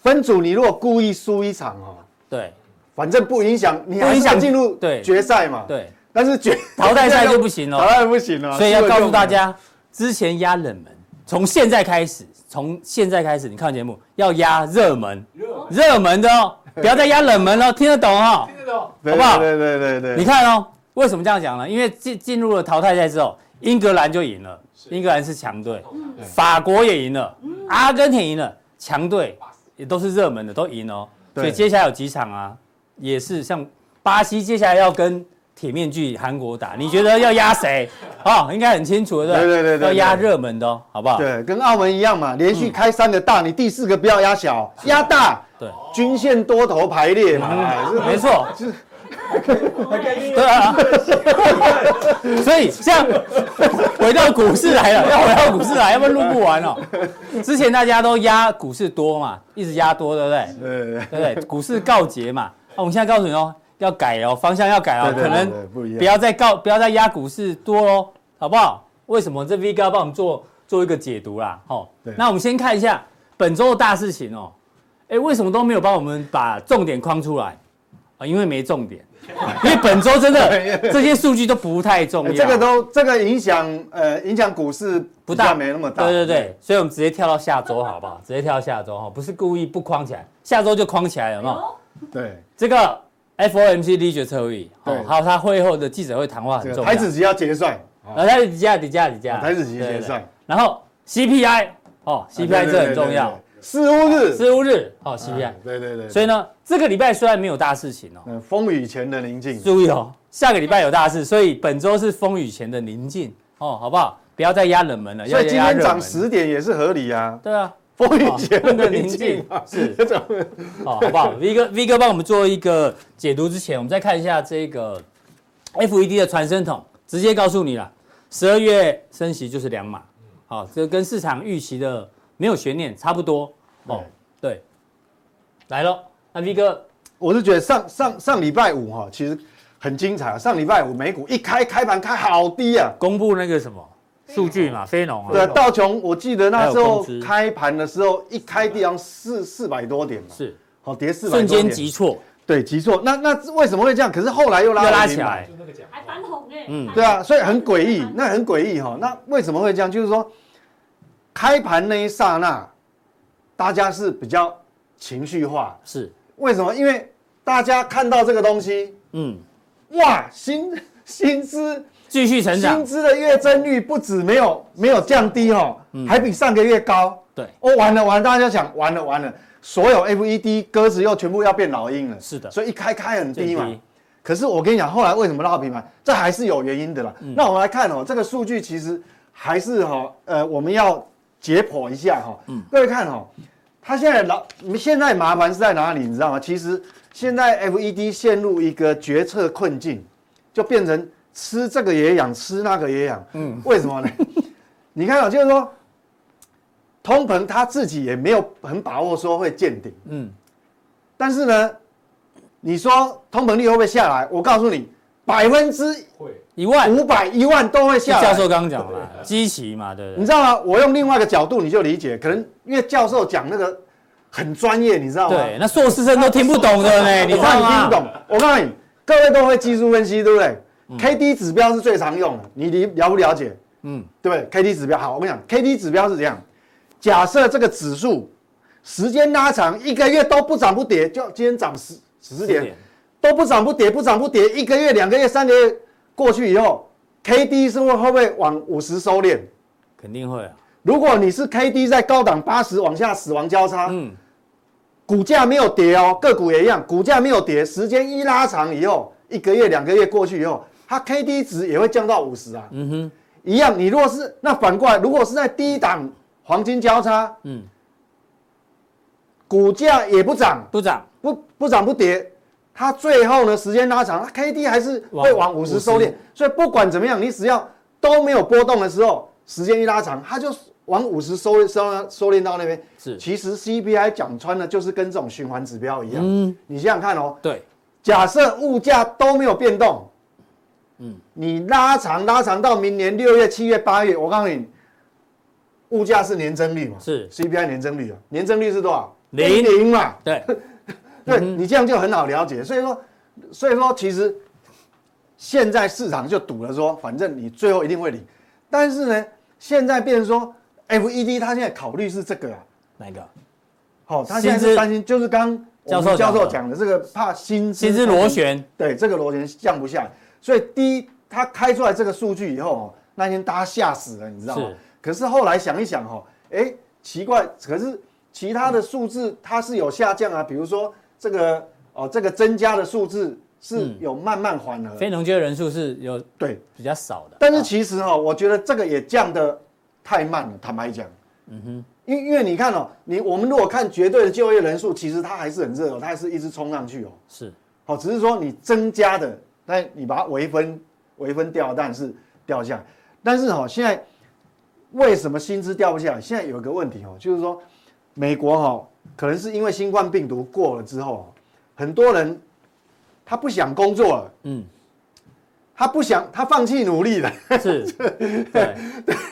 Speaker 1: 分组你如果故意输一场哦，
Speaker 2: 对
Speaker 1: 反正不影响你还
Speaker 2: 不
Speaker 1: 是
Speaker 2: 影响
Speaker 1: 能进入
Speaker 2: 对
Speaker 1: 决赛嘛，，
Speaker 2: 对，
Speaker 1: 但是决
Speaker 2: 淘汰赛就不行
Speaker 1: 淘
Speaker 2: 了，
Speaker 1: 汰不行了，
Speaker 2: 所以要
Speaker 1: 这个
Speaker 2: 告
Speaker 1: 就
Speaker 2: 诉大家，之前压冷门，从现在开始，从现在开始，你看节目要压热门，
Speaker 5: 热
Speaker 2: 热门的哦，不要再压冷门了，听得懂哦？
Speaker 5: 听得懂，
Speaker 1: 对
Speaker 2: 好不好
Speaker 1: 对对对对，
Speaker 2: 你看哦，为什么这样讲呢？因为进进入了淘汰赛之后，英格兰就赢了，英格兰是强队，
Speaker 1: 嗯
Speaker 2: 法国也赢了，阿根廷赢了，强队也都是热门的，都赢哦。
Speaker 1: 对
Speaker 2: 所以接下来有几场啊，也是像巴西接下来要跟铁面具韩国打，你觉得要压 谁？哦，应该很清楚的，不
Speaker 1: 啊对对对对
Speaker 2: 要
Speaker 1: 对
Speaker 2: 压热门的哦，好不好？
Speaker 1: 对，跟澳门一样嘛，连
Speaker 2: 嗯
Speaker 1: 续开三个大，你第四个不要压小，压大，
Speaker 2: 对，
Speaker 1: 均线多头排列嘛，
Speaker 2: 嗯
Speaker 1: 哎是
Speaker 2: 没错，
Speaker 5: 还可以
Speaker 2: 对啊，所以这样回到股市来了，要回到股市来，要不然录不完哦。之前大家都压股市多嘛，一直压多，对不对？
Speaker 1: 对对对
Speaker 2: 对不对？股市告捷嘛，啊，我们现在告诉你哦，要改哦，方向要改哦，
Speaker 1: 对对
Speaker 2: 可能
Speaker 1: 对对不一样
Speaker 2: 不要再告，不要再压股市多哦，好不好？为什么这 V 哥要帮我们做做一个解读啦？哦
Speaker 1: 对，
Speaker 2: 那我们先看一下本周的大事情哦。哎，为什么都没有帮我们把重点框出来啊？因为没重点，因为本周真的这些数据都不太重要，
Speaker 1: 哎这个都这个影响呃影响股市
Speaker 2: 不
Speaker 1: 比较
Speaker 2: 大
Speaker 1: 没那么大，
Speaker 2: 对对对，所以我们直接跳到下周好不好？直接跳到下周哈，不是故意不框起来，下周就框起来了，有没有？
Speaker 4: 哦
Speaker 1: 对
Speaker 2: 这个 FOMC 理决会议，
Speaker 1: 对
Speaker 2: 哦，还有他会后的记者会谈话很
Speaker 1: 这
Speaker 2: 重
Speaker 1: 个
Speaker 2: 要。
Speaker 1: 台子，级要结算，
Speaker 2: 然后台子底下底下底下，
Speaker 1: 台子级
Speaker 2: 对
Speaker 1: 结。
Speaker 2: 对对
Speaker 1: 算
Speaker 2: 然后 CPI，哦，CPI
Speaker 1: 啊
Speaker 2: 这很重要，，
Speaker 1: 四五日，
Speaker 2: 十五日，哦，CPI
Speaker 1: 哎。对对对，
Speaker 2: 所以呢，这个礼拜虽然没有大事情哦，
Speaker 1: 嗯风雨前的宁静，
Speaker 2: 注意哦，下个礼拜有大事，所以本周是风雨前的宁静哦，好不好？不要再压冷门了，
Speaker 1: 所
Speaker 2: 要
Speaker 1: 以今
Speaker 2: 压
Speaker 1: 天
Speaker 2: 热
Speaker 1: 涨
Speaker 2: 门。
Speaker 1: 十点也是合理啊，
Speaker 2: 对啊，
Speaker 1: 风雨
Speaker 2: 哦
Speaker 1: 前的宁静嘛，
Speaker 2: 是
Speaker 1: 这种
Speaker 2: 哦，好不好？V 哥，V 哥帮我们做一个解读之前，我们再看一下这个 FED 的传声筒，直接告诉你了，十二月升息就是两码，好、这跟市场预期的没有悬念，差不多哦。对，来了，那 V 哥，
Speaker 1: 我是觉得上上上礼拜五哈，其实很精彩啊。上礼拜五美股一开开盘开好低啊，
Speaker 2: 公布那个什么数据嘛，非农啊，
Speaker 1: 对啊，道琼我记得那时
Speaker 2: 还有
Speaker 1: 候
Speaker 2: 工资
Speaker 1: 开盘的时候一开地上四四百多点嘛，
Speaker 2: 是
Speaker 1: 好跌四百
Speaker 2: 瞬
Speaker 1: 多
Speaker 2: 间
Speaker 1: 点，
Speaker 2: 急挫，
Speaker 1: 对急挫。那那为什么会这样？可是后来又
Speaker 2: 又
Speaker 1: 拉
Speaker 2: 拉
Speaker 1: 回
Speaker 2: 起
Speaker 1: 平
Speaker 2: 来
Speaker 1: 盘，
Speaker 5: 就那个讲
Speaker 4: 还翻红哎，
Speaker 2: 嗯
Speaker 1: 对啊，所以很诡异，那很诡异哈。那为什么会这样？就是说开盘那一刹那，大家是比较情绪化，
Speaker 2: 是，
Speaker 1: 为什么？因为大家看到这个东西，
Speaker 2: 嗯，
Speaker 1: 哇，薪薪资
Speaker 2: 继续成长
Speaker 1: 薪，资的月增率不止没有没有降低哦，
Speaker 2: 嗯
Speaker 1: 还比上个月高。
Speaker 2: 对
Speaker 1: 哦，完了完了，大家就想完了完了，所有 FED 鸽子又全部要变老鹰了。
Speaker 2: 是的
Speaker 1: 所以一开开很低嘛
Speaker 2: 最低。
Speaker 1: 可是我跟你讲，后来为什么拉平盘，这还是有原因的啦。那我们来看哦，这个数据其实还是哈、呃，我们要解剖一下哈、各位看哦，它现在老，现在麻烦是在哪里，你知道吗？其实现在 FED 陷入一个决策困境，就变成吃这个也痒，吃那个也痒。嗯，为什么呢？你看啊、就是说，通膨他自己也没有很把握说会见顶，
Speaker 2: 嗯，
Speaker 1: 但是呢，你说通膨率会不会下来？我告诉你，百分之
Speaker 5: 会
Speaker 2: 一万。
Speaker 1: 五百一万都会下来。
Speaker 2: 教授刚刚讲嘛，基期嘛，对不对？
Speaker 1: 你知道吗？我用另外一个角度你就理解，可能因为教授讲那个很专业，你知道吗？
Speaker 2: 对，那硕士生都听不懂的呢，你 啊
Speaker 1: 你
Speaker 2: 知道
Speaker 1: 看你听
Speaker 2: 吗？
Speaker 1: 不懂。我告诉你，各位都会技术分析，对不对、k
Speaker 2: 嗯
Speaker 1: d 指标是最常用的，你理了不了解？嗯，对不对？K D 指标，好，我跟你讲，K D 指标是这样：假设这个指数时间拉长，一个月都不涨不跌，就今天涨十十点，都不涨不跌，不涨不跌，一个月、两个月、三个月过去以后，K D 是会会不会往五十收敛？
Speaker 2: 肯定会啊，
Speaker 1: 如果你是 K D 在高档八十往下死亡交叉，
Speaker 2: 嗯，
Speaker 1: 股价没有跌哦，个股也一样，股价没有跌，时间一拉长以后，一个月、两个月过去以后，它 K D 值也会降到五十啊。嗯哼，一样。你如果是那反过来，如果是在低档黄金交叉，
Speaker 2: 嗯
Speaker 1: 嗯，股价也不涨，
Speaker 2: 部长，
Speaker 1: 不不涨不跌，它最后呢时间拉长，它 K D 还是会
Speaker 2: 往
Speaker 1: 往五十收敛
Speaker 2: 50。
Speaker 1: 所以不管怎么样，你只要都没有波动的时候，时间一拉长，它就往五十收敛收敛收敛到那边。
Speaker 2: 是
Speaker 1: 其实 CPI 讲穿了就是跟这种循环指标一样。
Speaker 2: 嗯
Speaker 1: 你想想看哦，
Speaker 2: 对，
Speaker 1: 假设物价都没有变动，嗯，你拉长拉长到明年六月、七月、八月，我告诉你，物价是年增率嘛，
Speaker 2: 是
Speaker 1: CPI 年增率啊，年增率是多少？
Speaker 2: 零
Speaker 1: 零嘛，
Speaker 2: 对， 嗯
Speaker 1: 对你这样就很好了解。所以说，所以说其实现在市场就赌了说，反正你最后一定会领。但是呢，现在变成说 FED 它现在考虑是这个啊，
Speaker 2: 哪一个？
Speaker 1: 好、它现在
Speaker 2: 薪资
Speaker 1: 是担心就是刚我们
Speaker 2: 教
Speaker 1: 教
Speaker 2: 授
Speaker 1: 授
Speaker 2: 讲
Speaker 1: 讲的这个怕薪资
Speaker 2: 薪资螺旋，
Speaker 1: 对这个螺旋降不下来，所以第一它开出来这个数据以后哦，那天大家吓死了，你知道吗
Speaker 2: 是？
Speaker 1: 可是后来想一想哦，哎，奇怪，可是其他的数字它是有下降啊，比如说这个哦，这个增加的数字是有慢慢缓和，
Speaker 2: 非农就业人数是有
Speaker 1: 对。
Speaker 2: 比较少的，
Speaker 1: 但是其实哈、哦，我觉得这个也降的太慢了，坦白讲。嗯哼，因因为你看哦，你我们如果看绝对的就业人数，其实它还是很热哦，它还是一直冲上去哦。
Speaker 2: 是
Speaker 1: 好、只是说你增加的，但你把它微分微分掉，但是掉下来。但是哈、哦，现在为什么薪资掉不下来？现在有一个问题哦，就是说美国哈、哦，可能是因为新冠病毒过了之后哦，很多人他不想工作了，
Speaker 2: 嗯
Speaker 1: 嗯，他不想，他放弃努力了。
Speaker 2: 是， 对，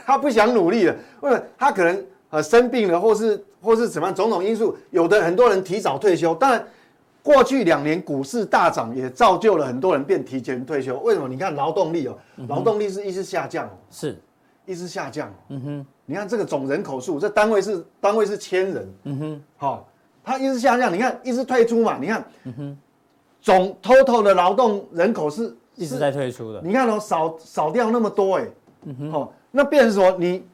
Speaker 1: 他不想努力了，或者他可能呃生病了，或是或是怎么样种种因素，有的很多人提早退休。当然，过去两年股市大涨，也造就了很多人变提前退休。为什么？你看劳动力哦，劳动力是一直下降哦，
Speaker 2: 是
Speaker 1: 一直下降哦。嗯哼，你看这个总人口数，这单位是单位是千人。嗯哼，好、它一直下降。你看一直退出嘛，你看，嗯哼，总 total 的劳动人口是
Speaker 2: 一直
Speaker 1: 是
Speaker 2: 在退出的，嗯
Speaker 1: 你看哦，少少掉那么多哎，哦，那变成说你，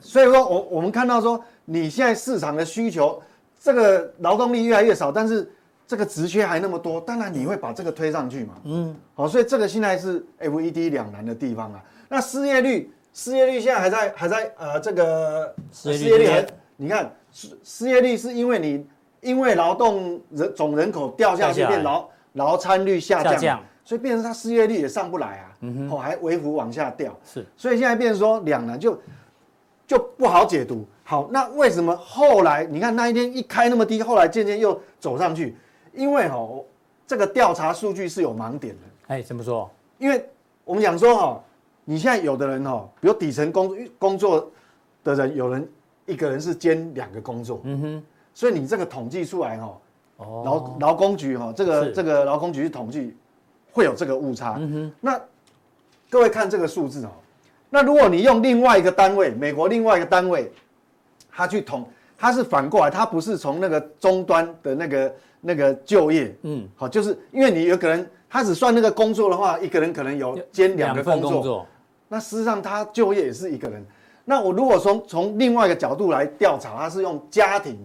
Speaker 1: 所以说我我们看到说你现在市场的需求，这个劳动力越来越少，但是这个职缺还那么多，当然你会把这个推上去嘛，嗯，好、所以这个现在是 FED 两难的地方啊。那失业率，失业率现在还在还在呃这个呃
Speaker 2: 失业率
Speaker 1: 还
Speaker 2: 低，
Speaker 1: 你看失失业率是因为你因为劳动人总人口掉下去
Speaker 2: 掉下来
Speaker 1: 变劳劳参率下降
Speaker 2: 下降嗯
Speaker 1: 所以变成他失业率也上不来啊，哦，还微幅往下掉，
Speaker 2: 是，
Speaker 1: 所以现在变成说两难就就不好解读。好，那为什么后来你看那一天一开那么低，后来渐渐又走上去？因为哦，这个调查数据是有盲点的，
Speaker 2: 哎，怎么说？
Speaker 1: 因为我们讲说哦，你现在有的人哦，比如底层工工作的人，有人一个人是兼两个工作，
Speaker 2: 嗯哼，
Speaker 1: 所以你这个统计出来哦，劳
Speaker 2: 哦，
Speaker 1: 劳工局哈、这
Speaker 2: 是嗯
Speaker 1: 个这个劳工局去统计会有这个误差。那各位看这个数字哦，那如果你用另外一个单位，美国另外一个单位，他去统，他是反过来，他不是从那个终端的那个那个就业，
Speaker 2: 嗯
Speaker 1: 好，就是因为你有可能他只算那个工作的话，一个人可能有哦兼两个
Speaker 2: 份
Speaker 1: 工
Speaker 2: 工
Speaker 1: 作，
Speaker 2: 作，
Speaker 1: 那事实上他就业也是一个人。那我如果从从另外一个角度来调查，他是用家庭、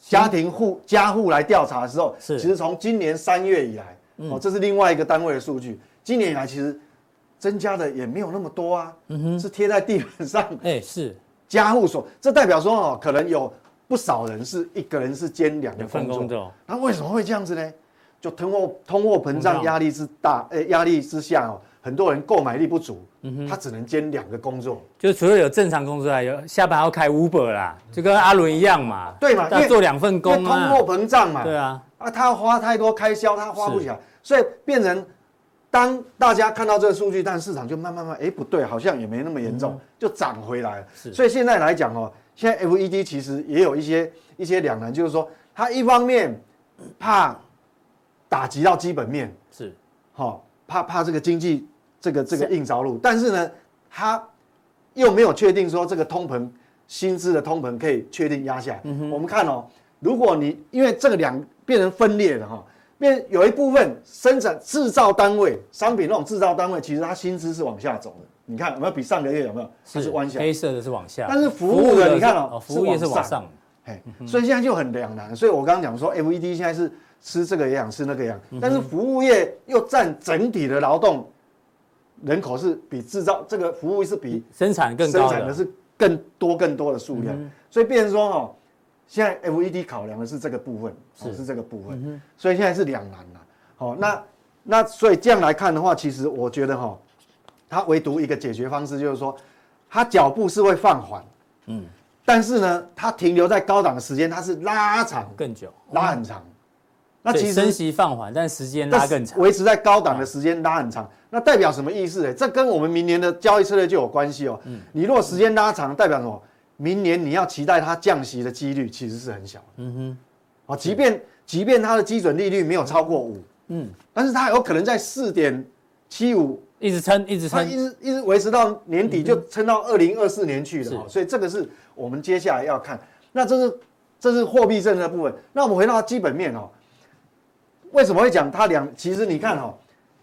Speaker 1: 家庭户、家户来调查的时候，
Speaker 2: 是
Speaker 1: 其实从今年三月以来，哦，这是另外一个单位的数据，今年以来其实增加的也没有那么多啊，是贴在地板上
Speaker 2: 哎，是
Speaker 1: 家户所，这代表说哦，可能有不少人是一个人是兼两个
Speaker 2: 两份
Speaker 1: 工作
Speaker 2: 工。作，
Speaker 1: 那为什么会这样子呢？就通货通货膨
Speaker 2: 膨胀
Speaker 1: 胀压力之大，呃、压力之下哦，很多人购买力不足，
Speaker 2: 嗯
Speaker 1: 他只能兼两个工作，
Speaker 2: 就除了有正常工作，还有下班还要开 Uber 啦，就跟阿伦一样嘛，
Speaker 1: 对嘛因为
Speaker 2: 要做两份
Speaker 1: 因为
Speaker 2: 工
Speaker 1: 通
Speaker 2: 啊
Speaker 1: 货，膨胀嘛，
Speaker 2: 对啊，
Speaker 1: 啊，他花太多开销，他花不起来，所以变成当大家看到这个数据，但市场就慢慢慢，哎，不对，好像也没那么严重，就涨回来了。
Speaker 2: 嗯是
Speaker 1: 所以现在来讲哦，现在 FED 其实也有一些一些两难，就是说，它一方面怕打击到基本面，
Speaker 2: 是
Speaker 1: 好、怕怕这个经济这个这个硬着陆，但是呢，他又没有确定说这个通膨薪资的通膨可以确定压下来。我们看哦，如果你因为这个两变成分裂了哈、变有一部分生产制造单位商品那种制造单位，其实它薪资是往下走的。你看有没有比上个月有没有？它是弯下来
Speaker 2: 黑色的是往下，
Speaker 1: 但是服务的
Speaker 2: 是
Speaker 1: 你看哦
Speaker 2: 服务业是
Speaker 1: 是往
Speaker 2: 往
Speaker 1: 上
Speaker 2: 上，
Speaker 1: 嘿，所以现在就很两难。所以我刚刚讲说，FED 现在是吃这个也想吃那个也想，但是服务业又占整体的劳动人口是比制造这个服务业是比
Speaker 2: 生产更
Speaker 1: 生
Speaker 2: 高
Speaker 1: 产的
Speaker 2: 的，嗯
Speaker 1: 是更多更多的数量，所以变成说哦，现在 FED 考量的是这个部分，哦
Speaker 2: 是嗯
Speaker 1: 是这个部分，所以现在是两难了。好、那那所以这样来看的话，其实我觉得哈、哦，它唯独一个解决方式就是说，它脚步是会放缓，
Speaker 2: 嗯
Speaker 1: 嗯，但是呢，它停留在高档的时间它是拉长，
Speaker 2: 更久，
Speaker 1: 拉很长。那
Speaker 2: 对
Speaker 1: 其
Speaker 2: 升
Speaker 1: 实
Speaker 2: 息放缓，但时间拉更长，
Speaker 1: 维持在高档的时间拉很长，那代表什么意思呢？这跟我们明年的交易策略就有关系哦。
Speaker 2: 嗯
Speaker 1: 你如果时间拉长，代表什么？明年你要期待它降息的几率其实是很小的。嗯哼，哦，即便即便它的基准利率没有超过五，
Speaker 2: 嗯
Speaker 1: 嗯，但是它有可能在四点七五，
Speaker 2: 一直撑，一直
Speaker 1: 它一
Speaker 2: 撑，
Speaker 1: 直一直维持到年底，就撑到二零二四年去了、哦。
Speaker 2: 是
Speaker 1: 所以这个是我们接下来要看。那这是这是货币政策的部分。那我们回到基本面哦，为什么会讲它两？其实你看哦，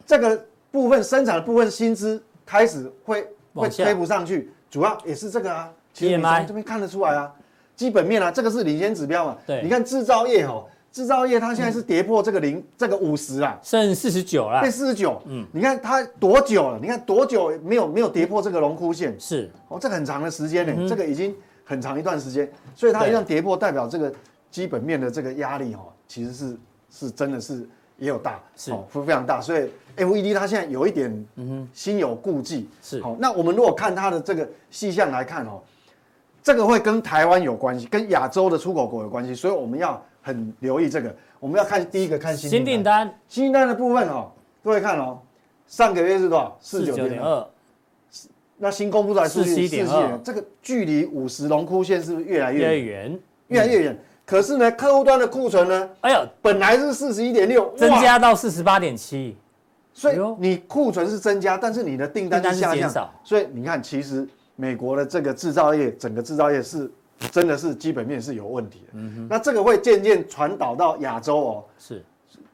Speaker 1: 这个部分生产的部分薪资开始会会
Speaker 2: 往下 E
Speaker 1: 推不上去，主要也是这个啊。其实你
Speaker 2: PMI
Speaker 1: 从这边看得出来啊，基本面啊，这个是领先指标嘛。
Speaker 2: 对嗯
Speaker 1: 你看制造业哦，制造业它现在是跌破这个零、这个五十啊，
Speaker 2: 剩四十九啦
Speaker 1: 被，四十九。嗯，你看它多久了？你看多久没有没有跌破这个荣枯线？
Speaker 2: 是
Speaker 1: 哦，这个很长的时间呢、
Speaker 2: 嗯
Speaker 1: 这个已经很长一段时间，所以它一旦跌破，代表这个基本面的这个压力哦，其实是是真的是也有大，
Speaker 2: 是嗯
Speaker 1: 哦、非常大，所以 FED 它现在有一点心有顾忌，
Speaker 2: 是
Speaker 1: 好、那我们如果看它的这个细项来看哦，这个会跟台湾有关系，跟亚洲的出口国有关系，所以我们要很留意这个，我们要看第一个看新啊
Speaker 2: 新订单
Speaker 1: 新订单的部分哦，各位看哦，上个月是多少？
Speaker 2: 四九点二，
Speaker 1: 那新公布出来数据
Speaker 2: 47.2
Speaker 1: 47.2这个距离五十龙枯线是不是越来
Speaker 2: 越来
Speaker 1: 越
Speaker 2: 越
Speaker 1: 远？
Speaker 2: 远，
Speaker 1: 越来越远。可是呢，客户端的库存呢，
Speaker 2: 哎呦，
Speaker 1: 本来是四十一点六，
Speaker 2: 增
Speaker 1: 哇，
Speaker 2: 加哎到四十八点七，
Speaker 1: 所
Speaker 2: 哎
Speaker 1: 以
Speaker 2: 呦
Speaker 1: 你库存是增加，但是你的订单
Speaker 2: 订单
Speaker 1: 是
Speaker 2: 是
Speaker 1: 下
Speaker 2: 减
Speaker 1: 降
Speaker 2: 少。
Speaker 1: 所以你看，其实美国的这个制造业，整个制造业是真的是基本面是有问题的。
Speaker 2: 嗯
Speaker 1: 那这个会渐渐传导到亚洲哦，
Speaker 2: 是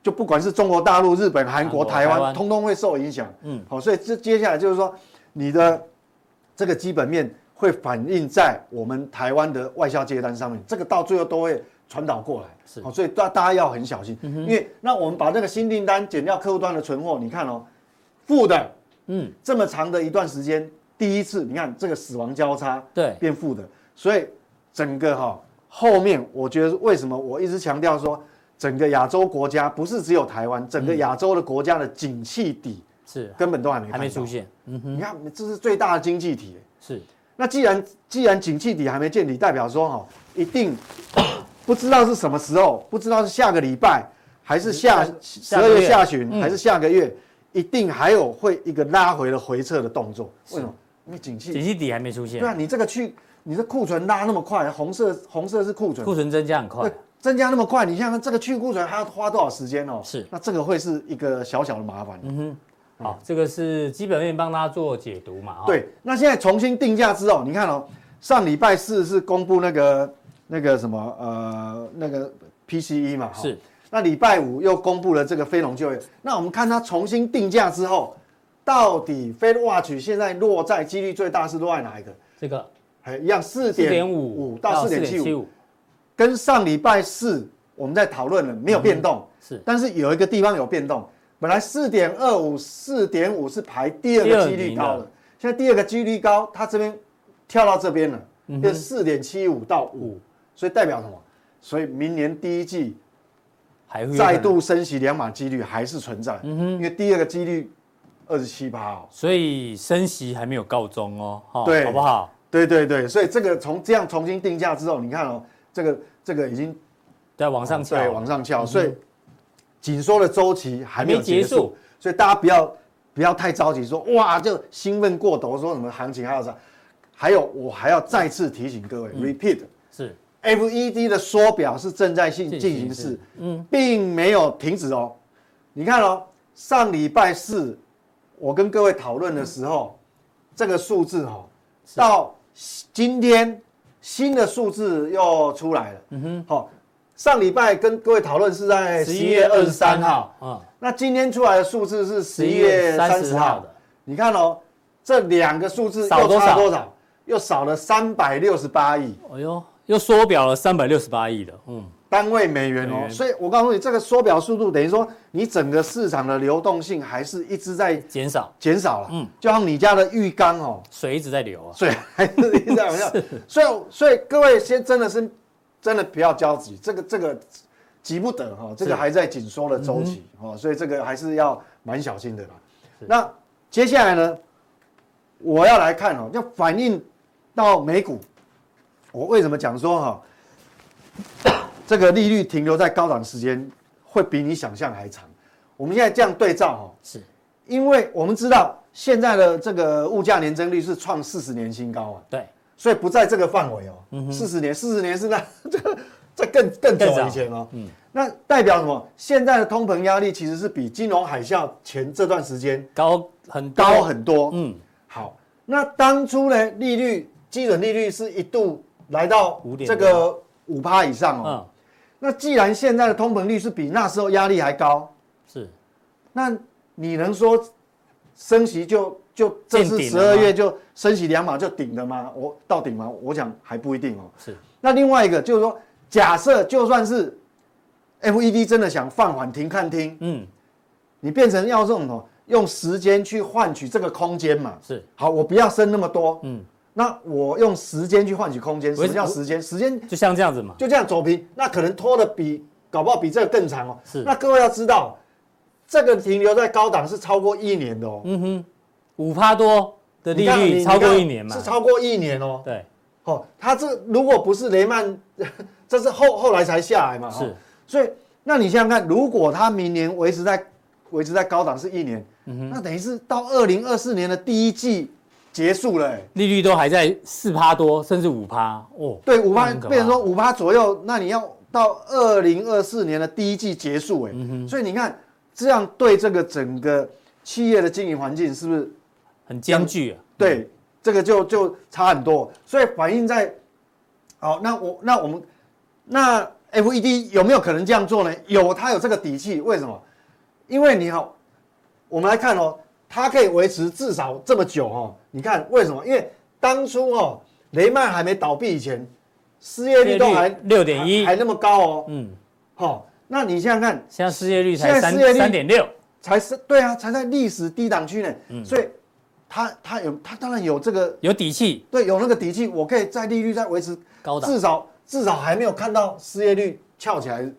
Speaker 1: 就不管是中国大陆、日本、韩国、
Speaker 2: 韩国
Speaker 1: 台
Speaker 2: 台
Speaker 1: 湾，
Speaker 2: 湾
Speaker 1: 通通会受影响。
Speaker 2: 嗯
Speaker 1: 嗯，好，所以这接下来就是说，你的这个基本面会反映在我们台湾的外销接单上面，这个到最后都会传导过来。
Speaker 2: 是
Speaker 1: 好，所以大大家要很小心，因为那我们把这个新订单减掉客户端的存货，你看哦，负的
Speaker 2: 嗯，
Speaker 1: 这么长的一段时间，第一次你看这个死亡交叉，
Speaker 2: 对
Speaker 1: 变负的，所以整个哈、后面我觉得为什么我一直强调说，整个亚洲国家不是只有台
Speaker 2: 嗯
Speaker 1: 湾，整个亚洲的国家的景气底
Speaker 2: 是
Speaker 1: 根本都还没
Speaker 2: 还没
Speaker 1: 看到
Speaker 2: 出，现，嗯，
Speaker 1: 你看这是最大的经济体。
Speaker 2: 是
Speaker 1: 那既然既然景气底还没见底，代表说哈、一定不知道是什么时候，不知道是下个礼拜还是下十
Speaker 2: 嗯下
Speaker 1: 二
Speaker 2: 个月
Speaker 1: 月下旬、
Speaker 2: 嗯
Speaker 1: 还是下个月，一定还有会一个拉回的回撤的动作。为什么？因为景
Speaker 2: 景
Speaker 1: 气
Speaker 2: 气底还没出现
Speaker 1: 对，啊，你这个去你的库存拉那么快，红色红色是库存
Speaker 2: 库，存增加很快
Speaker 1: 对，，增加那么快，你想想这个去库存还要花多少时间哦？
Speaker 2: 是
Speaker 1: 那这个会是一嗯个小小的麻烦。哦
Speaker 2: 好，这个是基本面帮大家做解读嘛，哈，
Speaker 1: 对，那现在重新定价之后，你看哦，上礼拜四是公布那个那个什么呃那个 PCE 嘛，哈
Speaker 2: 是
Speaker 1: 那礼拜五又公布了这个非农就业，那我们看它重新定价之后，到底 Fed Watch 现在落在几率最大是落在哪一个？
Speaker 2: 这个
Speaker 1: 哎，一样四
Speaker 2: 四
Speaker 1: 点
Speaker 2: 点五
Speaker 1: 到四点七五，，跟上礼拜四我们在讨论了，没有变动。
Speaker 2: 嗯是
Speaker 1: 但是有一个地方有变动，本来四点二五、四点五是排第二
Speaker 2: 第
Speaker 1: 个
Speaker 2: 二
Speaker 1: 几率
Speaker 2: 名
Speaker 1: 高
Speaker 2: 的
Speaker 1: 的，现在第二个几率高，它这边跳到这边了，
Speaker 2: 嗯哼嗯
Speaker 1: 变四点七五到五，所以代表什么？所以明年第一季
Speaker 2: 还会有
Speaker 1: 再
Speaker 2: 可能，
Speaker 1: 度升息两码几率还是存在，
Speaker 2: 嗯
Speaker 1: 因为第二个几率二十七趴哦。
Speaker 2: 所以升息还没有告终哦，哈
Speaker 1: 对
Speaker 2: 好不好？
Speaker 1: 对对对，所以这个从这样重新定价之后，你看哦，这个这个已经
Speaker 2: 再往上
Speaker 1: 哦对，
Speaker 2: 翘，嗯
Speaker 1: 往上翘，所以紧缩的周期还没有
Speaker 2: 没结
Speaker 1: 结束，
Speaker 2: 束
Speaker 1: 所以大家不要不要太着急说哇就兴奋过头，说什么行情还有啥？还有我还要再次提醒各位、r
Speaker 2: 嗯
Speaker 1: e p e a t
Speaker 2: 是
Speaker 1: FED E 的缩表是正在进
Speaker 2: 进
Speaker 1: 进行
Speaker 2: 行
Speaker 1: 嗯
Speaker 2: 式
Speaker 1: 式，并没有停止哦。你看哦，上礼拜四我跟各位讨论的时候，这个数字哦，到今天新的数字又出来了。嗯哼，好，上礼拜跟各位讨论是在哎十一月二十三号，，
Speaker 2: 嗯，
Speaker 1: 那今天出来的数字是十
Speaker 2: 十
Speaker 1: 一
Speaker 2: 一
Speaker 1: 月
Speaker 2: 月
Speaker 1: 三
Speaker 2: 三
Speaker 1: 十
Speaker 2: 十
Speaker 1: 号
Speaker 2: 号
Speaker 1: 的
Speaker 2: 的。
Speaker 1: 你看哦，这两个数字
Speaker 2: 少
Speaker 1: 又
Speaker 2: 多
Speaker 1: 差
Speaker 2: 少
Speaker 1: 多少？又少了三百六十八亿。
Speaker 2: 哎呦，又缩表了三百六十八亿了，嗯，
Speaker 1: 单位美元
Speaker 2: 美
Speaker 1: 哦，
Speaker 2: 元
Speaker 1: 所以我告诉你，这个缩表速度等于说，你整个市场的流动性还是一直在
Speaker 2: 减少
Speaker 1: 减少了。嗯
Speaker 2: 嗯，
Speaker 1: 就像你家的浴缸哦，
Speaker 2: 水一直在流啊，
Speaker 1: 水 还是一直在往下。所以，所以各位先真的是真的不要焦急，这个这个急不得哈、哦，这个
Speaker 2: 是嗯
Speaker 1: 还在紧缩的周期、哦，所以这个还是要蛮小心的啦。那接下来呢，我要来看哦，要反映到美股。我为什么讲说哈、这个利率停留在高档时间会比你想象还长？我们现在这样对照哈、哦，
Speaker 2: 是
Speaker 1: 因为我们知道现在的这个物价年增率是创四十年新高啊，
Speaker 2: 对，
Speaker 1: 所以不在这个范围
Speaker 2: 嗯
Speaker 1: 哦。四十年，四十年是那 这个这更更
Speaker 2: 更
Speaker 1: 早
Speaker 2: 早
Speaker 1: 以前哦。嗯，那代表什么？现在的通膨压力其实是比金融海啸前这段时间
Speaker 2: 高很多
Speaker 1: 高，很多。嗯，
Speaker 2: 嗯，
Speaker 1: 好，那当初呢，利率基准利率是一度来到
Speaker 2: 5.5
Speaker 1: 这个五趴以上哦。
Speaker 2: 嗯，
Speaker 1: 那既然现在的通膨率是比那时候压力还高，
Speaker 2: 是
Speaker 1: 那你能说升息就就这次
Speaker 2: 见
Speaker 1: 十
Speaker 2: 顶了
Speaker 1: 二
Speaker 2: 吗
Speaker 1: 月就升息两码就顶了吗？我到顶吗？我想还不一定哦。
Speaker 2: 是，
Speaker 1: 那另外一个就是说，假设就算是 FED 真的想放缓停看听，
Speaker 2: 嗯，
Speaker 1: 你变成要这种哦，用时间去换取这个空间嘛。
Speaker 2: 是
Speaker 1: 好，我不要升那么多，
Speaker 2: 嗯，
Speaker 1: 那我用时间去换取空间。什
Speaker 2: 我
Speaker 1: 么叫时间？时间
Speaker 2: 就像这样子嘛，
Speaker 1: 就这样走平，那可能拖的比搞不好比这个更长哦。
Speaker 2: 是
Speaker 1: 那各位要知道，这个停留在高档是超过一年的哦。
Speaker 2: 嗯哼，五趴多的
Speaker 1: 你
Speaker 2: 利
Speaker 1: 看你
Speaker 2: 率
Speaker 1: 你
Speaker 2: 超过
Speaker 1: 看
Speaker 2: 一年嘛，
Speaker 1: 是超过一年哦。
Speaker 2: 对，
Speaker 1: 哦，它这如果不是雷曼， 这是后后来才下来嘛。哦
Speaker 2: 是，
Speaker 1: 所以那你想想看，如果它明年维持在维持在高档是一年，
Speaker 2: 嗯
Speaker 1: 那等于是到二零二四年的第一季结束了、欸。
Speaker 2: 利率都还在四趴多，甚至五趴哦，
Speaker 1: 对，五趴
Speaker 2: 那很可怕
Speaker 1: 变成说五趴左右，那你要到二零二四年的第一季结束、欸，哎、所以你看这样对这个整个企业的经营环境是不是
Speaker 2: 很艰巨啊，
Speaker 1: 对，这个就就差很多，所以反映在，好，那我那我们那 FED 有没有可能这样做呢？有，它有这个底气，为什么？因为你好，我们来看哦，它可以维持至少这么久哦。你看为什么？因为当初哦，雷曼还没倒闭以前，失业率都还
Speaker 2: 失业率6.1
Speaker 1: 还还那么高哦。
Speaker 2: 嗯，
Speaker 1: 好、那你想想看，
Speaker 2: 现在失业率
Speaker 1: 现
Speaker 2: 才
Speaker 1: 在
Speaker 2: 三
Speaker 1: 失业率
Speaker 2: 三点六，
Speaker 1: 才是对啊，才在历史低档区呢，所以它它有它当然有这个
Speaker 2: 有底气，
Speaker 1: 对，有那个底气，我可以在利率在维持
Speaker 2: 高档
Speaker 1: 至少至少还没有看到失业率翘起来，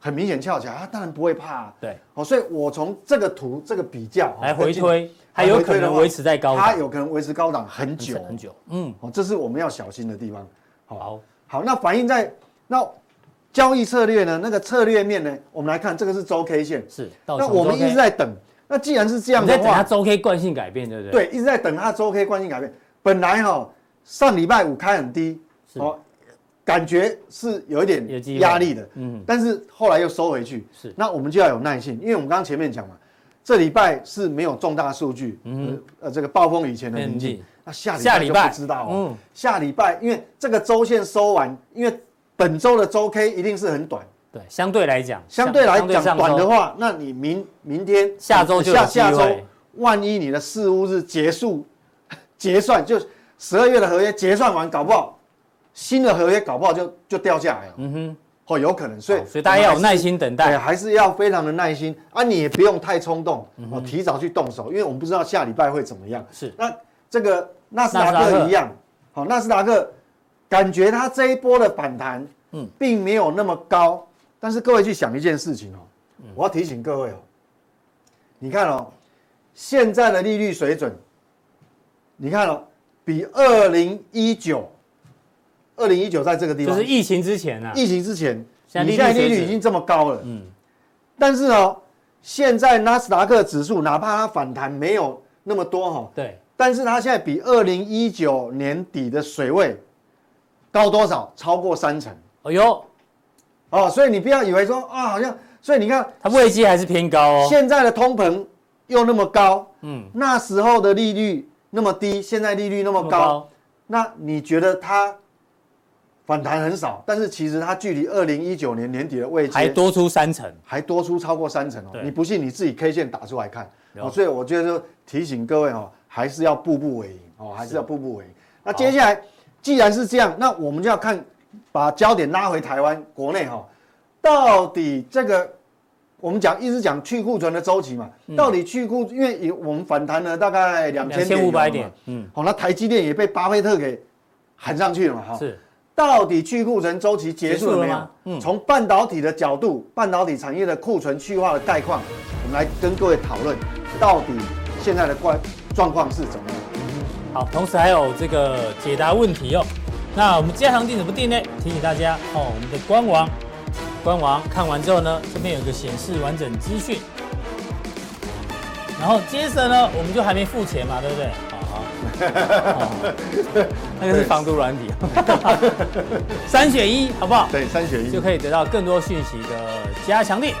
Speaker 1: 很明显翘起来，他当然不会怕、
Speaker 2: 对，
Speaker 1: 哦，所以我从这个图这个比较哦
Speaker 2: 来回
Speaker 1: 跟进
Speaker 2: 推，还有可能维持在高
Speaker 1: 它
Speaker 2: 档
Speaker 1: 有可能维持高档很久
Speaker 2: 很久，嗯，
Speaker 1: 哦，这是我们要小心的地方。
Speaker 2: 好，
Speaker 1: 好，那反映在那交易策略呢？那个策略面呢？我们来看，这个是周 K 线，
Speaker 2: 是，到
Speaker 1: 那
Speaker 2: 什么
Speaker 1: 我们
Speaker 2: 周 K？
Speaker 1: 一直在等。那既然是这样
Speaker 2: 你
Speaker 1: 的
Speaker 2: 在
Speaker 1: 话，
Speaker 2: 等它周 K 惯性改变，对不对？
Speaker 1: 对，一直在等它周 K 惯性改变。本来哈、上礼拜五开很低，
Speaker 2: 是
Speaker 1: 哦，感觉是有
Speaker 2: 有机
Speaker 1: 一点
Speaker 2: 会
Speaker 1: 压力的，
Speaker 2: 嗯，
Speaker 1: 但是后来又收回去。
Speaker 2: 是
Speaker 1: 那我们就要有耐心，因为我们刚刚前面讲嘛，这礼拜是没有重大数据，嗯，呃，这个暴风雨前的宁
Speaker 2: 宁
Speaker 1: 静
Speaker 2: 静，
Speaker 1: 那下礼
Speaker 2: 下
Speaker 1: 拜
Speaker 2: 礼
Speaker 1: 就
Speaker 2: 拜
Speaker 1: 不知道、哦，
Speaker 2: 嗯
Speaker 1: 下礼拜因为这个周线收完，因为本周的周 K 一定是很短，
Speaker 2: 对，相对来讲，
Speaker 1: 相对来
Speaker 2: 上
Speaker 1: 讲
Speaker 2: 周
Speaker 1: 短的话，那你明明天
Speaker 2: 下周就有
Speaker 1: 下
Speaker 2: 机会
Speaker 1: 下周，万一你的事务日结束 结算，就十二月的合约结算完，搞不好新的合约搞不好就就掉下来了，
Speaker 2: 嗯哼，
Speaker 1: 哦，有可能，所以
Speaker 2: 好所以大家要有耐
Speaker 1: 心，
Speaker 2: 心等
Speaker 1: 对，啊
Speaker 2: 待。
Speaker 1: 还是要非常的耐心啊，你也不用太冲动
Speaker 2: 嗯
Speaker 1: 哦，提早去动手，因为我们不知道下礼拜会怎么样。
Speaker 2: 是，
Speaker 1: 那这个纳斯
Speaker 2: 纳
Speaker 1: 达
Speaker 2: 斯达克
Speaker 1: 克一样，好，纳斯达克感觉它这一波的反弹，
Speaker 2: 嗯
Speaker 1: 嗯，并没有那么高。但是各位去想一件事情哦，
Speaker 2: 嗯
Speaker 1: 我要提醒各位哦，你看哦，现在的利率水准，你看哦，比二零一九，二零一九在这个地
Speaker 2: 就
Speaker 1: 方，
Speaker 2: 是疫情之前啊，
Speaker 1: 疫情之前，
Speaker 2: 现在利率
Speaker 1: 你现在利
Speaker 2: 水
Speaker 1: 率
Speaker 2: 准
Speaker 1: 已经这么高了，
Speaker 2: 嗯，
Speaker 1: 但是哦，现在纳斯达克指数哪怕它反弹没有那么多哈、哦，
Speaker 2: 对，
Speaker 1: 但是它现在比二零一九年底的水位高多少？超过三成
Speaker 2: 哎呦，
Speaker 1: 哦，所以你不要以为说啊，好像，所以你看
Speaker 2: 它位阶还是偏高哦。
Speaker 1: 现在的通膨又那么高，
Speaker 2: 嗯，
Speaker 1: 那时候的利率那么低，现在利率那么
Speaker 2: 这么
Speaker 1: 高，，那你觉得它反弹很少？但是其实它距离二零一九年年底的位阶
Speaker 2: 还多出三成。
Speaker 1: 还多出超过三成哦
Speaker 2: 对。
Speaker 1: 你不信你自己 K 线打出来看
Speaker 2: 了解
Speaker 1: 哦。所以我觉得就提醒各位哦，还是要步步为营哦，还是要步步为营。那接下来既然是这样，那我们就要看把焦点拉回台湾国内哈、哦，到底这个我们讲一直讲去库存的周期嘛，
Speaker 2: 嗯
Speaker 1: 到底去库因为我们反弹了大概两千
Speaker 2: 千五百点，嗯，
Speaker 1: 好、哦，那台积电也被巴菲特给喊上去了嘛哈、哦。
Speaker 2: 是
Speaker 1: 到底去库存周期结束了没
Speaker 2: 结束了吗嗯
Speaker 1: 有？从半导体的角度，半导体产业的库存去化的概况，我们来跟各位讨论，到底现在的状状况是怎么样？
Speaker 2: 好，同时还有这个解答问题哦。那我们加强定怎么定呢？提醒大家哦，我们的官网，官网看完之后呢，这边有个显示完整资讯。然后接着呢，我们就还没付钱嘛，对不对？好好， 哦那个是防毒软体，三选一，好不好？
Speaker 1: 对，三选一
Speaker 2: 就。可以得到更多讯息的加强力。